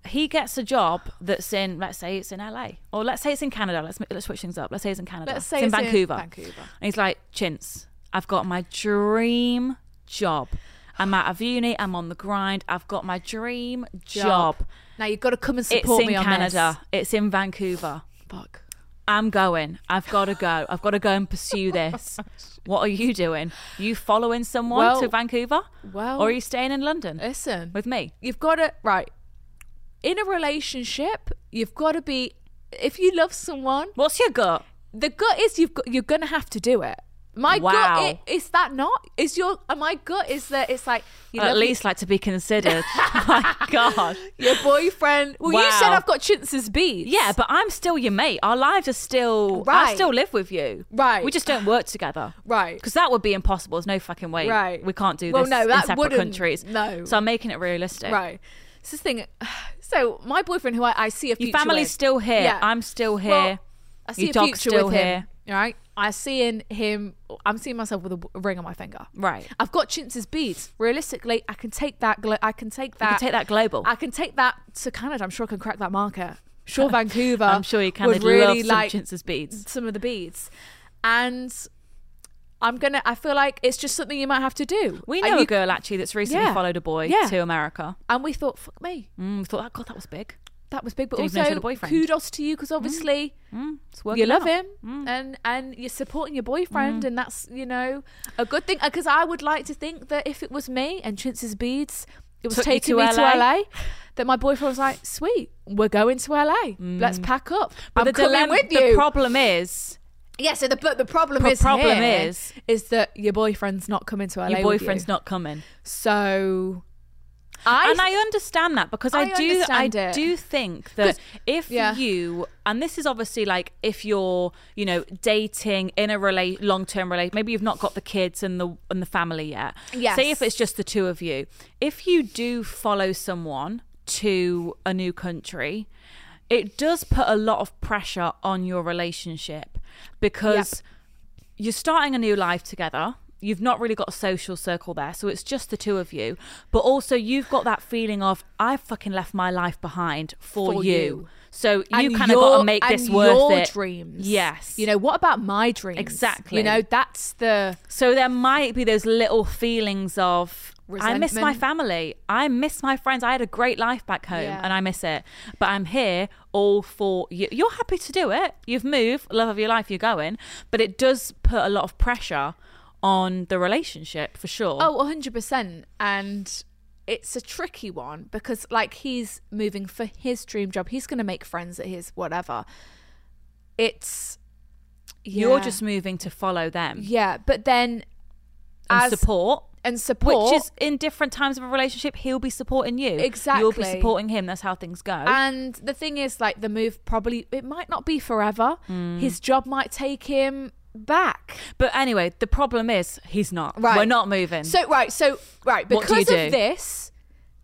S3: he gets a job that's in let's say it's in LA or let's say it's in Canada. Let's ma- let's switch things up. Let's say it's in Canada.
S4: Let's say
S3: in
S4: it's in
S3: Vancouver.
S4: Vancouver.
S3: And he's like, Chintz, I've got my dream job. I'm out of uni. I'm on the grind. I've got my dream job.
S4: now you've got to come and
S3: It's
S4: support
S3: in
S4: me on
S3: Canada. It's in Vancouver.
S4: this. fuck
S3: I'm going. I've got to go. I've got to go and pursue
S4: Oh
S3: this. what are you doing? You following someone
S4: Well-
S3: to Vancouver?
S4: well-
S3: or are you staying in London
S4: listen
S3: with me?
S4: you've got to right in a relationship you've got to be if you love someone
S3: What's your gut?
S4: the gut is you've got you're gonna have to do it my
S3: Wow.
S4: gut i- is that not is your uh, my gut is that it's like you
S3: At
S4: love
S3: least like to be considered. Oh My God.
S4: your boyfriend well you said
S3: Wow.
S4: i've got chintz's beads
S3: Yeah, but I'm still your mate. Our lives are still. I
S4: Right.
S3: still live with you.
S4: Right.
S3: We just don't work together.
S4: Right.
S3: Because that would be impossible. There's no fucking way.
S4: Right.
S3: We can't do
S4: Well,
S3: this
S4: no,
S3: in
S4: that
S3: separate
S4: wouldn't-
S3: countries.
S4: no.
S3: So I'm making it realistic.
S4: right It's this thing. So my boyfriend, who I, I see a
S3: Your
S4: future
S3: family's
S4: with-
S3: still here.
S4: Yeah.
S3: I'm still here.
S4: Well, I see
S3: Your
S4: a
S3: dog's
S4: future
S3: still
S4: with
S3: here.
S4: him. Right. I see in him. I'm seeing myself with a w- ring on my finger.
S3: Right.
S4: I've got Chintz's beads. Realistically, I can take that. Glo- I can take
S3: you
S4: that.
S3: can take that global.
S4: I can take that to Canada. I'm sure I can crack that market. Sure, Vancouver.
S3: I'm sure you can.
S4: would
S3: They'd really
S4: really
S3: love
S4: like Mm.
S3: some Chintz's beads.
S4: some of the beads, and I'm gonna. I feel like it's just something you might have to do.
S3: We
S4: And
S3: know
S4: you-
S3: a girl actually that's recently
S4: Yeah.
S3: followed a boy
S4: Yeah.
S3: to America.
S4: and we thought, fuck me,
S3: Mm, we thought, oh, God, that was big.
S4: that was big. But
S3: Didn't even know she had
S4: also,
S3: a boyfriend. Mm.
S4: kudos to you because obviously
S3: It's working
S4: you love
S3: out.
S4: him
S3: Mm.
S4: and and you're supporting your boyfriend and that's you know a good thing because i would like to think that if it was me and chintz's beads it was
S3: Took you
S4: taking
S3: to
S4: me to
S3: LA.
S4: la that my boyfriend was like sweet we're going to la let's pack up
S3: Mm. But
S4: i'm
S3: the
S4: coming
S3: dilemma,
S4: with
S3: the
S4: you
S3: problem is
S4: yeah so the, but the problem
S3: Pro-
S4: is
S3: problem
S4: here
S3: is-
S4: is that your boyfriend's not coming to la
S3: your
S4: with
S3: boyfriend's
S4: you.
S3: not coming.
S4: so i
S3: and I understand that because I,
S4: I
S3: do I
S4: understand it.
S3: do think that
S4: 'Cause-
S3: if
S4: yeah.
S3: you and this is obviously like if you're you know dating in a rela- long term relationship maybe you've not got the kids and the and the family yet
S4: Yes.
S3: say if it's just the two of you if you do follow someone to a new country it does put a lot of pressure on your relationship because you're starting a new life together. You've not really got a social circle there, so it's just the two of you. But also, you've got that feeling of I fucking left my life behind for,
S4: For
S3: you.
S4: you.
S3: So you
S4: And
S3: kind of got to
S4: your-
S3: make this
S4: and
S3: worth
S4: your
S3: it.
S4: dreams
S3: Yes,
S4: you know what about my dreams
S3: Exactly.
S4: you know that's the
S3: So there might be those little feelings of I miss my
S4: Resentment.
S3: family, I miss my friends. I had a great life back home,
S4: Yeah.
S3: and I miss it. But I'm here all for you. You're happy to do it. You've moved, love of your life. You're going, but it does put a lot of pressure on the relationship for sure.
S4: Oh, 100%. And it's a tricky one because, like, he's moving for his dream job. He's going to make friends at his whatever. It's.
S3: you're
S4: yeah.
S3: just moving to follow them
S4: Yeah, but then.
S3: and
S4: as-
S3: support.
S4: And support.
S3: Which is in different times of a relationship, he'll be supporting you. You'll be
S4: Exactly.
S3: supporting him. That's how things go.
S4: And the thing is, like, the move probably. It might not be forever.
S3: Hmm.
S4: His job might take him back.
S3: but anyway, the problem is he's not.
S4: Right.
S3: We're not moving.
S4: So, right. So, right.
S3: What
S4: Because
S3: do you
S4: of
S3: do?
S4: this,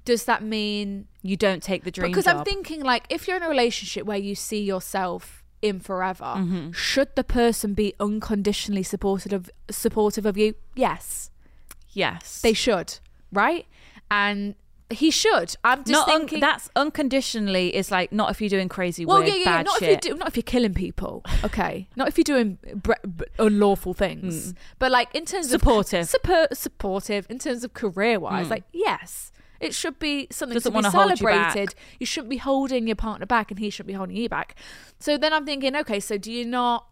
S4: does that mean
S3: you don't take the dream
S4: because I'm
S3: job.
S4: thinking like if you're in a relationship where you see yourself in forever,
S3: Mm-hmm.
S4: should the person be unconditionally supportive of supportive of you? Yes,
S3: yes
S4: they should, right? And he should. I'm just
S3: not un-
S4: thinking
S3: that's unconditionally is like not if you're doing crazy
S4: well,
S3: weird
S4: yeah, yeah, yeah.
S3: bad
S4: Not
S3: shit
S4: if you do, not if you're killing people, okay. not if you're doing bre- b- unlawful things, but like in terms
S3: Mm. Supportive. Mm.
S4: of supportive, supportive in terms of career wise, like yes, it should be something
S3: Doesn't
S4: to be
S3: wanna hold you
S4: celebrated.
S3: back.
S4: you shouldn't be holding your partner back, and he shouldn't be holding you back. So then I'm thinking, okay, so do you not?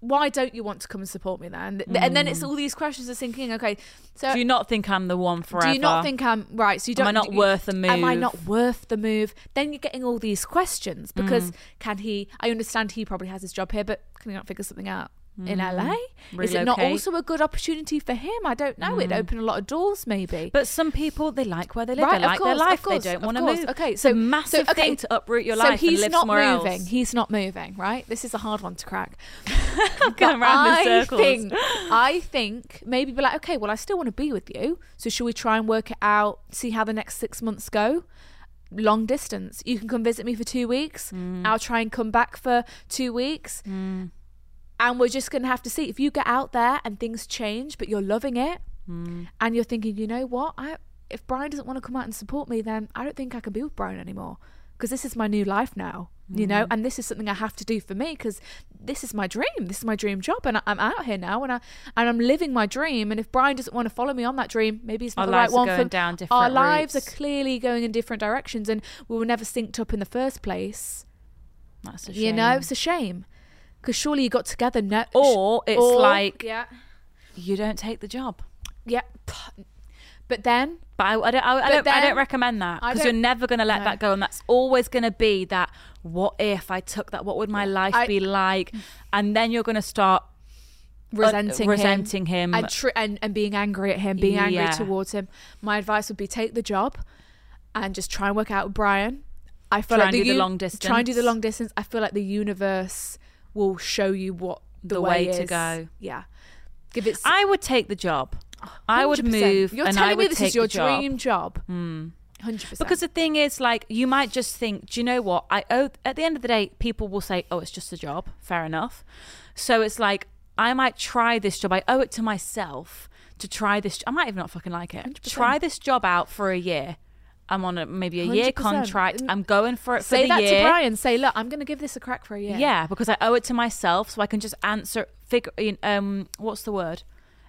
S4: Why don't you want to come and support me then? Th- And then it's
S3: Mm.
S4: all these questions of thinking, okay, so
S3: do you not think I'm the one forever
S4: uh, do you not think I'm right? So you
S3: Am
S4: don't.
S3: I not
S4: do you-
S3: worth the
S4: Am I
S3: move? Mm.
S4: not worth the move? Then you're getting all these questions because can he? I understand he probably has his job here, but can he not figure something out in LA? Is it not
S3: Mm. Relocate? Mm.
S4: also a good opportunity for him? I don't know. It'd open a lot of doors, maybe.
S3: but some people they like where they live
S4: Right,
S3: they
S4: of
S3: like
S4: course,
S3: their
S4: of
S3: life
S4: course,
S3: they don't
S4: of
S3: want to
S4: course.
S3: move
S4: Okay,
S3: It's
S4: so
S3: a massive
S4: so, okay,
S3: thing to uproot your
S4: so
S3: life
S4: he's
S3: and live
S4: not
S3: somewhere
S4: moving.
S3: else
S4: He's not moving. Right, this is a hard one to crack.
S3: going
S4: But
S3: around in
S4: I
S3: circles
S4: Think, I think maybe be like, okay, well, I still want to be with you. So should we try and work it out, see how the next six months go? Long distance. You can come visit me for two weeks.
S3: Mm.
S4: I'll try and come back for two weeks. And we're just going to have to see if you get out there and things change, but you're loving it
S3: Hmm.
S4: and you're thinking, you know what? I if Brian doesn't want to come out and support me, then I don't think I can be with Brian anymore because this is my new life now, you
S3: Hmm.
S4: know, and this is something I have to do for me because this is my dream. This is my dream job, and I, I'm out here now, and I and I'm living my dream. And if Brian doesn't want to follow me on that dream, maybe it's not
S3: Our
S4: the
S3: lives
S4: right
S3: are
S4: one.
S3: going
S4: for,
S3: down
S4: our
S3: different
S4: lives are
S3: routes.
S4: clearly going in different directions, and we were never synced up in the first place.
S3: that's a
S4: You know,
S3: shame.
S4: it's a shame because surely you got together. No,
S3: or it's
S4: or-
S3: like
S4: yeah,
S3: you don't take the job
S4: yeah. But then
S3: But I, I don't, I, I
S4: But
S3: don't, I
S4: then-
S3: don't recommend that
S4: I
S3: because you're
S4: don't-
S3: never going to let
S4: no.
S3: that go, and that's always going to be that. What if I took that? What would my life
S4: I- Mm.
S3: be like? And then you're going to start
S4: resenting
S3: resenting him.
S4: and, tr- and and being angry at him, being angry
S3: Yeah.
S4: towards him. My advice would be take the job and just try and work out with Brian. I feel
S3: Try
S4: like
S3: and do the
S4: uni-
S3: long
S4: Try and do the
S3: distance.
S4: long distance. I feel like the universe will show you what the,
S3: The way to
S4: is.
S3: go.
S4: Yeah, give it. s-
S3: I would take the job. I would
S4: 100%.
S3: move.
S4: You're
S3: and
S4: telling
S3: I would
S4: me this
S3: take
S4: is your
S3: the job. Hmm.
S4: dream job. hundred percent.
S3: Because the thing is, like, you might just think, do you know what? I owe. At the end of the day, people will say, "Oh, it's just a job." Fair enough. So it's like I might try this job. I owe it to myself to try this. I might even not fucking like it. Try this job out for a year. I'm on a maybe a year
S4: 100%.
S3: contract. I'm going for it for
S4: say
S3: the
S4: that
S3: year.
S4: to Brian. Say, look, I'm going to give this a crack for a year.
S3: Yeah. because I owe it to myself, so I can just answer. Figure. Um, what's the word?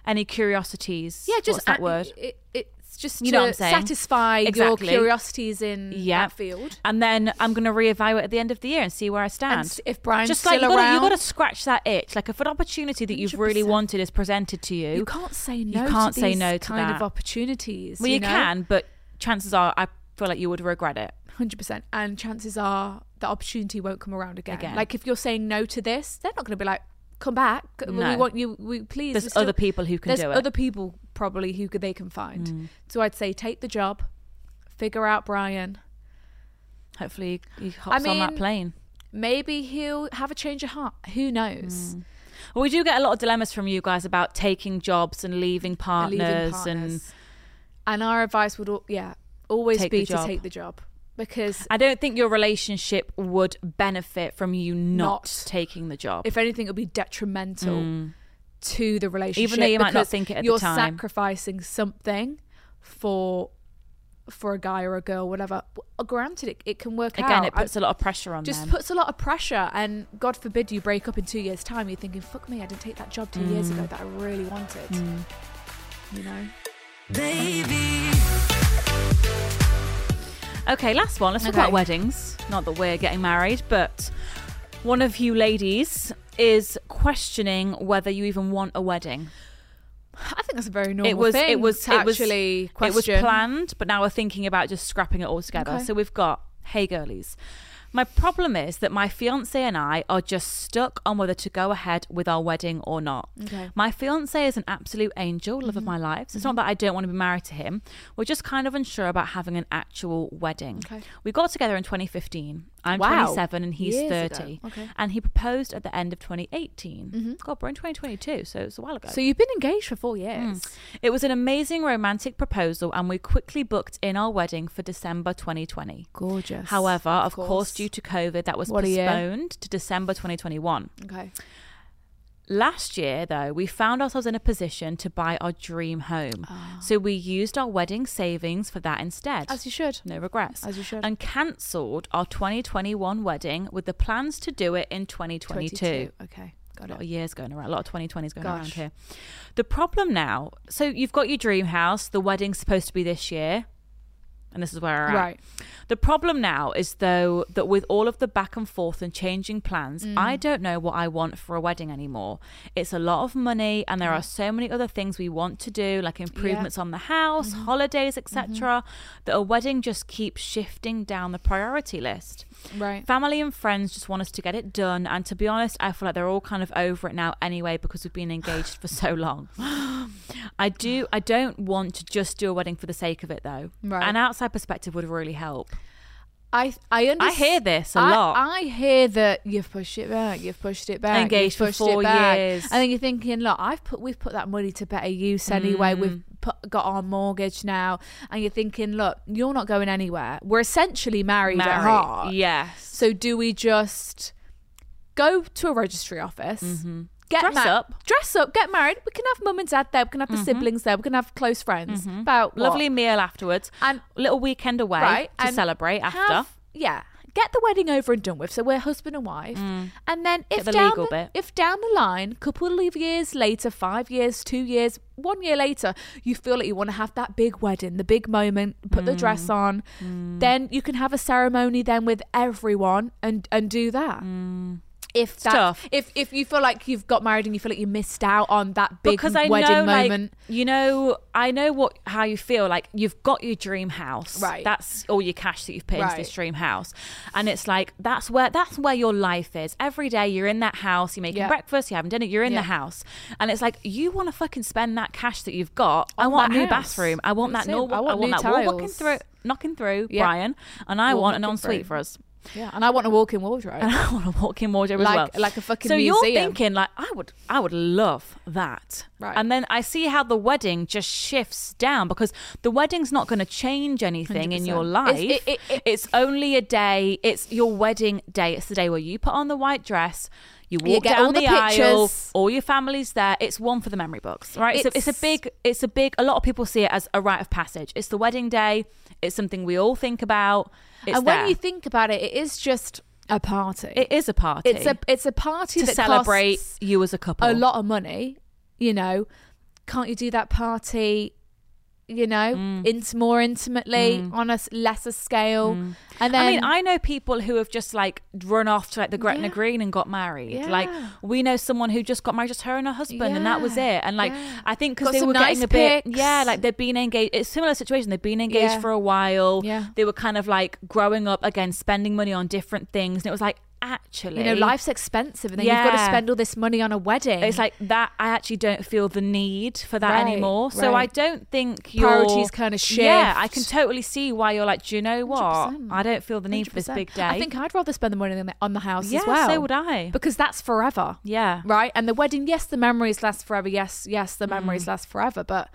S3: Any curiosities?
S4: yeah. Just
S3: what's that
S4: a-
S3: word.
S4: It, it's just
S3: You
S4: to
S3: know what I'm saying?
S4: satisfy
S3: Exactly.
S4: your curiosities in that field.
S3: And then I'm going to reevaluate at the the end of the year and see where I stand.
S4: And s- if Brian's
S3: just like
S4: still
S3: you gotta, you
S4: around-
S3: got to scratch that itch. Like if an opportunity that you've really
S4: 100%.
S3: wanted is presented to you,
S4: You can't say no.
S3: You can't
S4: to
S3: say
S4: these
S3: no to
S4: kind
S3: that.
S4: of opportunities.
S3: well, you,
S4: know?
S3: can, but chances are, I feel like you would regret it.
S4: hundred percent. And chances are the opportunity won't come around again.
S3: Again.
S4: Like if you're saying no to this, they're not going to be like, "Come back,
S3: No.
S4: we want you. We please."
S3: There's
S4: we're still-"
S3: other people who can
S4: There's
S3: do it. Mm.
S4: other people probably who could, they can find. So I'd say take the job, figure out Brian.
S3: Hopefully, he hops on that
S4: mean-
S3: plane.
S4: Maybe he'll have a change of heart. Who
S3: Mm.
S4: knows?
S3: Well, we do get a lot of dilemmas from you guys about taking jobs and leaving
S4: And
S3: partners,
S4: leaving
S3: and
S4: partners. and our advice would al- yeah always
S3: Take the
S4: be to
S3: job.
S4: take the job because
S3: I don't think your relationship would benefit from you not,
S4: Not.
S3: taking the job.
S4: if anything, it would be detrimental to the relationship.
S3: Mm. Even though you might not
S4: because
S3: think it at the
S4: you're
S3: time.
S4: sacrificing something for for a guy or a girl, whatever. W- uh, Granted, it, it can work out.
S3: Again, it puts
S4: a
S3: a lot of pressure on
S4: just
S3: them.
S4: puts a lot of pressure, and God forbid you break up in two years' time. You're thinking, "Fuck me, I didn't take that job two years
S3: Mm.
S4: ago that I really wanted." You know,
S2: Baby,
S3: Okay, last one. Let's talk
S4: Okay.
S3: about weddings. Not that we're getting married, but one of you ladies is questioning whether you even want a wedding.
S4: I think that's a very normal
S3: it was
S4: thing.
S3: it was
S4: to
S3: it was
S4: actually
S3: it was
S4: question.
S3: planned, but now we're thinking about just scrapping it all together.
S4: Okay.
S3: So we've got hey girlies. My problem is that my fiance and I are just stuck on whether to go ahead with our wedding or not.
S4: Okay. Mm-hmm.
S3: My fiance is an absolute angel, love of my life. So it's not that I don't want to be married to him. We're just kind of unsure about having an actual wedding.
S4: Okay.
S3: We got together in 2015. I'm
S4: Wow.
S3: 27 and he's
S4: Years ago.
S3: 30.
S4: Okay. Mm-hmm.
S3: And he proposed at the end of 2018. God, we're in 2022, so it's a while ago.
S4: So you've been engaged for four years.
S3: It was an amazing romantic proposal, and we quickly booked in our wedding for December 2020.
S4: Gorgeous.
S3: However, of, course.
S4: course.
S3: due to COVID, that was
S4: What a year.
S3: postponed to December 2021.
S4: Okay.
S3: Last year, though, we found ourselves in a position to buy our dream home. So we used our wedding savings for that instead.
S4: Ah. As you should.
S3: No regrets.
S4: As you should.
S3: And cancelled our 2021 wedding with the plans to do it in 2022
S4: Okay.
S3: a
S4: Got
S3: lot
S4: it.
S3: of years going around, a lot of 2020s going around
S4: Gosh.
S3: here. The problem now, so you've got your dream house, the wedding's supposed to be this year, and this is where we're at.
S4: Right.
S3: The problem now is though that with all of the back and forth and changing plans, I
S4: Mm.
S3: don't know what I want for a wedding anymore. It's a lot of money and there are so many other things we want to do like improvements on the house,
S4: Mm-hmm.
S3: holidays, etc. that a wedding just keeps shifting down the priority list.
S4: Right.
S3: Family and friends just want us to get it done. And to be honest, I feel like they're all kind of over it now anyway because we've been engaged for so long. I do I don't want to just do a wedding for the sake of it though.
S4: Right.
S3: An outside perspective would really help.
S4: I I understand.
S3: I hear this a
S4: I,
S3: lot.
S4: I hear that you've pushed it back. You've pushed it back.
S3: Engaged for
S4: you've pushed
S3: four
S4: it back.
S3: years.
S4: and then you're thinking, look, I've put we've put that money to better use anyway.
S3: Mm.
S4: We've put, got our mortgage now, and you're thinking, look, you're not going anywhere. We're essentially married, at heart.
S3: Yes.
S4: So do we just go to a registry office? Get
S3: Mm-hmm. Dress
S4: ma-
S3: up. Mm-hmm.
S4: Dress up. Get married. We can have mum and dad there. We can have the siblings there. We can have close friends. About what?
S3: Lovely meal afterwards.
S4: And-
S3: little weekend away to
S4: and
S3: celebrate
S4: have-
S3: after.
S4: yeah, get the wedding over and done with. So we're husband and wife, and then if
S3: Mm. the
S4: down
S3: legal
S4: the,
S3: bit.
S4: if down the line, couple of years later, five years, two years, one year later, you feel like you want to have that big wedding, the big moment, put the
S3: Mm.
S4: dress on, then you can have a ceremony then with everyone and and do that.
S3: Mm.
S4: If that,
S3: Stuff.
S4: if if you feel like you've got married and you feel like you missed out on that big
S3: because I
S4: wedding
S3: know,
S4: moment,
S3: Like, you know, I know what how you feel. Like you've got your dream house.
S4: Right.
S3: That's all your cash that you've put into this
S4: Right.
S3: dream house, and it's like that's where that's where your life is. Every day you're in that house. You're making
S4: Yeah.
S3: breakfast. You haven't done it. You're in
S4: Yeah.
S3: the house, and it's like you want to fucking spend that cash that you've got. I
S4: On
S3: want
S4: that
S3: a new
S4: house.
S3: bathroom. I want
S4: Me
S3: that
S4: too.
S3: normal.
S4: I
S3: I
S4: want
S3: want
S4: new
S3: that wall walking
S4: tiles.
S3: through, knocking through,
S4: Yeah.
S3: Brian, and I
S4: Wall
S3: want an
S4: knocking
S3: ensuite
S4: through.
S3: for us.
S4: Yeah, and I want a walk-in wardrobe.
S3: and I want a walk-in wardrobe as
S4: Like-
S3: well,
S4: like a fucking
S3: So you're
S4: museum.
S3: thinking like I would, I would love that,
S4: Right.
S3: And then I see how the wedding just shifts down because the wedding's not going to change anything in your life.
S4: It's- it- it- it-
S3: it's only a day. It's your wedding day. It's the day where you put on the white dress. You walk
S4: get
S3: down
S4: all the
S3: aisle.
S4: pictures.
S3: All your family's there. It's one for the memory books, right? It's, a, it's
S4: It's-
S3: a big. It's a big. A lot of people see it as a rite of passage. It's the wedding day. It's something we all think about. It's
S4: and
S3: there.
S4: when you think about it, it is just a party.
S3: it is a party.
S4: it's a it's a party
S3: to
S4: that
S3: celebrate
S4: costs
S3: you as a couple.
S4: a lot of money. You know, can't you do that party? You know,
S3: Mm.
S4: int- more intimately on a s- lesser scale, and then
S3: Mm. I mean, I know people who have just like run off to like the Gretna Green and got married. Like
S4: Yeah.
S3: we know someone who just got married, just her and her husband, and that was it.
S4: Yeah.
S3: And like
S4: Yeah.
S3: I think because
S4: Got
S3: they
S4: some
S3: were
S4: nice
S3: getting a bit,
S4: pics.
S3: yeah, like they've been engaged. It's a similar situation. They've been engaged
S4: Yeah.
S3: for a while.
S4: Yeah.
S3: they were kind of like growing up again, spending money on different things, and it was like actually,
S4: you know, life's expensive, and then you've got to
S3: Yeah.
S4: spend all this money on a wedding.
S3: It's like that. I actually don't feel the need for that
S4: Right,
S3: anymore. So I
S4: right.
S3: don't think your
S4: Priorities kinda
S3: Yeah, I
S4: shift.
S3: can totally see why you're like. Do you know what?
S4: 100%.
S3: I don't feel the need for this
S4: 100%.
S3: big day.
S4: I think I'd rather spend the money on the, on the house
S3: Yeah,
S4: as well.
S3: so would I.
S4: because that's forever.
S3: Yeah.
S4: right? And the wedding, yes, the memories last forever. Yes, yes, the memories
S3: Mm.
S4: last forever. But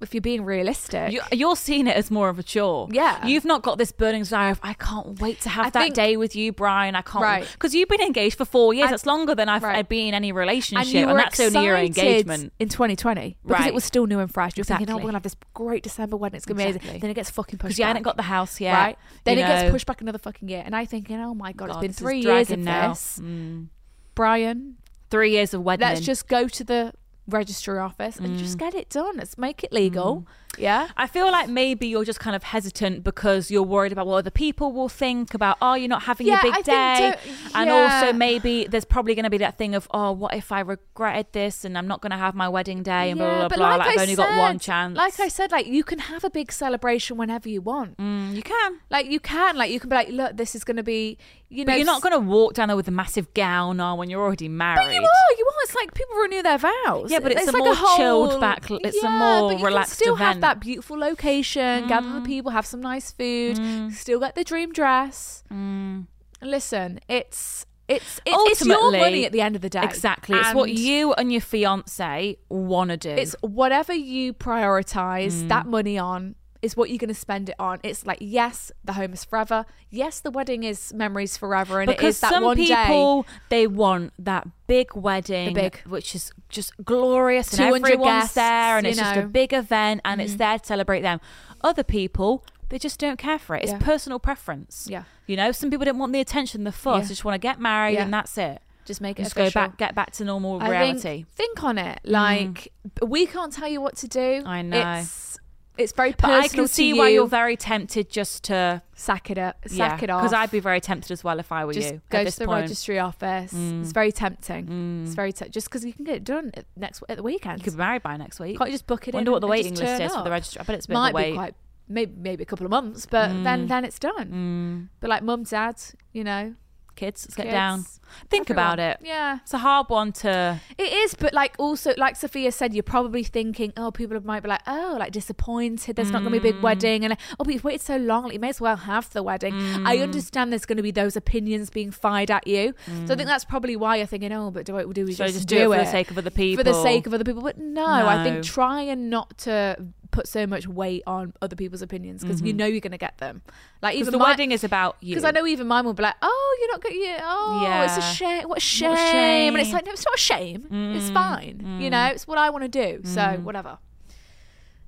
S4: if you're being realistic,
S3: You, you're seeing it as more of a chore.
S4: Yeah.
S3: You've not got this burning desire of, I can't wait to have
S4: I
S3: that
S4: think-
S3: day with you, Brian. I can't.
S4: Right.
S3: Because you've been engaged for four years.
S4: And-
S3: That's longer than I've
S4: Right.
S3: I've been in any relationship.
S4: and
S3: And,
S4: you were
S3: that's only your
S4: excited
S3: engagement.
S4: in 2020 because
S3: Right.
S4: it was still new and fresh. You're thinking, oh,
S3: Exactly.
S4: we're gonna have this great December wedding. It's gonna be
S3: Exactly.
S4: amazing. Then it gets fucking pushed.
S3: Because you
S4: back,
S3: hadn't got the house yet.
S4: right. Then it
S3: you know.
S4: gets pushed back another fucking year, and I thinking, oh my god,
S3: God,
S4: it's been
S3: this is
S4: three years
S3: dragging
S4: of
S3: now. Mm.
S4: this. Brian,
S3: Three years of wedding.
S4: let's just go to the registry office and
S3: Mm.
S4: just get it done. Let's make it legal. Yeah.
S3: I feel like maybe you're just kind of hesitant because you're worried about what other people will think about. Oh, you're not having
S4: Yeah,
S3: your big
S4: I think
S3: day,
S4: don't-
S3: and
S4: yeah.
S3: also maybe there's probably going to be that thing of oh, what if I regretted this and I'm not going to have my wedding day and blah blah blah. Like, I've only got one chance.
S4: Like I said, like you can have a big celebration whenever you want.
S3: Mm, you can.
S4: Like you can, like you can be like, look, this is going to be, you know,
S3: But you're not going to walk down there with a massive gown on when you're already married.
S4: But you are, you are. It's like people renew their vows.
S3: Yeah, but it's a
S4: like
S3: more
S4: whole,
S3: chilled back- it's a
S4: yeah,
S3: more
S4: but you
S3: relaxed
S4: Can still have
S3: event. Mm.
S4: that beautiful location, gather the people, have some nice food, still get the dream dress.
S3: Mm.
S4: Listen, it's it's it's, it's your
S3: Ultimately-
S4: money at the end of the day.
S3: Exactly. It's what
S4: And
S3: you and your fiance want to do.
S4: It's whatever you prioritize
S3: Mm.
S4: that money on is what you're going to spend it on. It's like yes, the home is forever. Yes, the wedding is memories forever, and it
S3: because
S4: is that
S3: some
S4: one day.
S3: people they want that big wedding,
S4: The big-
S3: which is just glorious, and
S4: 200
S3: everyone's
S4: guests,
S3: there, and
S4: you
S3: it's just a
S4: know. Mm-hmm.
S3: big event, and it's there to celebrate them. Other people. They just don't care for it. It's
S4: Yeah.
S3: personal preference.
S4: Yeah.
S3: You know, some people don't want the attention, the fuss.
S4: Yeah.
S3: They just want to get married
S4: Yeah.
S3: and that's it.
S4: Just make it
S3: Just
S4: official.
S3: go back, get back to normal
S4: I
S3: reality. Mm.
S4: Think, think on it. Like b- we can't tell you what to do.
S3: I know.
S4: It's, it's very
S3: But
S4: personal
S3: I can
S4: to
S3: see
S4: you.
S3: why you're very tempted just to
S4: sack it up,
S3: yeah,
S4: sack it off.
S3: because I'd be very tempted as well if I were
S4: just
S3: you.
S4: go
S3: at this
S4: to the
S3: point. Mm.
S4: registry office. It's very tempting. It's very te- just because you can get it done at next at the weekend.
S3: You could be married by next week.
S4: Can't you just book it
S3: Wonder
S4: in?
S3: what the
S4: and
S3: waiting
S4: just
S3: list
S4: turn
S3: is for the
S4: up?
S3: registry. I bet it's a bit of
S4: Might
S3: a wait. Mm.
S4: be quite maybe maybe a couple of months, but then then it's done. But like mum, dad, you know,
S3: Kids, let's get
S4: Kids,
S3: down. Think about it.
S4: everyone. Yeah.
S3: It's a hard one to.
S4: It is, but like also, like Sophia said, you're probably thinking, oh, people might be like, oh, like disappointed. There's not going to
S3: Mm.
S4: be a big wedding, and like, oh, but you've waited so long, like, you may as well have the wedding. I
S3: Mm.
S4: understand there's going to be those opinions being fired at you, so I think that's probably why you're thinking, oh, but do I do we
S3: Mm. Should I
S4: just,
S3: just do
S4: do,
S3: it for the sake of other
S4: For
S3: people?
S4: the sake of other people, but no, I
S3: No.
S4: think try and not to put so much weight on other people's opinions because you know you're going to get them. Like
S3: Because Mm-hmm.
S4: even
S3: the
S4: my-
S3: wedding is about you.
S4: because I know even mine will be like, "Oh, you're not going. Yeah, oh, it's
S3: Yeah.
S4: a shame. What a shame!"
S3: What a
S4: And
S3: shame.
S4: it's
S3: Mm-hmm.
S4: like, no, it's not a shame. It's fine. You know, it's what I want to do. So whatever.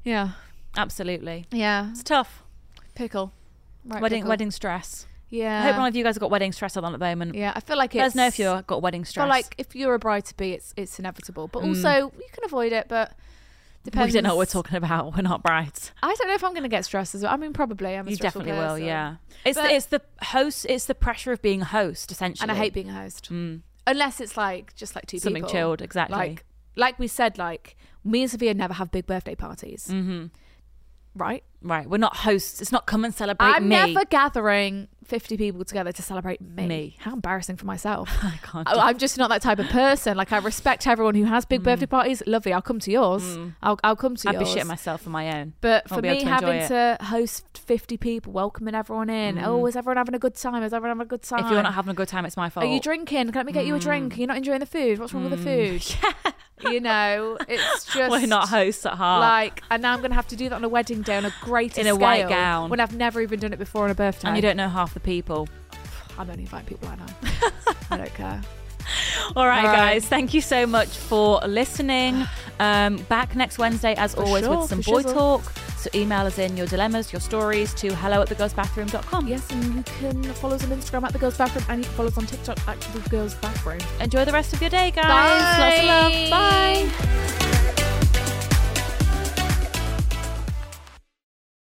S4: Yeah,
S3: Absolutely.
S4: yeah.
S3: It's tough.
S4: Pickle. Right,
S3: wedding
S4: pickle.
S3: wedding stress. I
S4: Yeah.
S3: hope none of you guys have got wedding stress on at the moment.
S4: Yeah, I feel like it's.
S3: Let us know if you've got wedding stress.
S4: But like, if you're a bride to be, it's it's inevitable. But also, you can avoid it. But
S3: Mm.
S4: depends.
S3: we don't know what we're talking about. We're not brides.
S4: I don't know if I'm going to get stressed as well. I mean, probably. I'm a
S3: You
S4: stressful
S3: definitely will.
S4: person.
S3: Yeah. It's
S4: But-
S3: the, it's the host. It's the pressure of being a host essentially.
S4: and I hate being a host. Unless it's like just like two
S3: Mm. Something
S4: people.
S3: chilled, exactly.
S4: Like, like we said, like me and Sophia never have big birthday parties, mm-hmm. right?
S3: Right. We're not hosts. It's not come and celebrate
S4: I'm
S3: me.
S4: never gathering 50 people together to celebrate me.
S3: Me.
S4: How embarrassing for myself.
S3: I can't.
S4: I- I'm just not that type of person. Like I respect everyone who has big birthday parties. Lovely. I'll come to yours. I'll, I'll come to
S3: Mm. I'd be
S4: yours.
S3: shitting myself for my own.
S4: But
S3: I
S4: for
S3: won't be able
S4: me,
S3: to enjoy
S4: having
S3: it. Mm.
S4: to host 50 people, welcoming everyone in. Oh, is everyone having a good time? Is everyone having a good time?
S3: if you're not Mm. having a good time, it's my fault.
S4: Are you drinking? Can Let me get you a drink. You're not enjoying the food. What's wrong with the food? You know, it's just
S3: Mm. We're not hosts at heart.
S4: Like, and now I'm going to have to do that on a wedding day on a greater
S3: In a white
S4: scale
S3: gown.
S4: when I've never even done it before on a birthday.
S3: and you don't know half the people.
S4: I'm only inviting people I know. I don't care.
S3: All right,
S4: All right.
S3: guys. Thank you so much for listening. Um, back next Wednesday, as always,
S4: sure,
S3: with some
S4: for
S3: boy
S4: shizzle.
S3: talk. So email us in your dilemmas, your stories to hello at thegirlsbathroom.com.
S4: Yes, and you can follow us on Instagram at the girls' bathroom, and you can follow us on TikTok at the girls' bathroom.
S3: Enjoy the rest of your day, guys. Lots of love. Bye.
S4: Bye.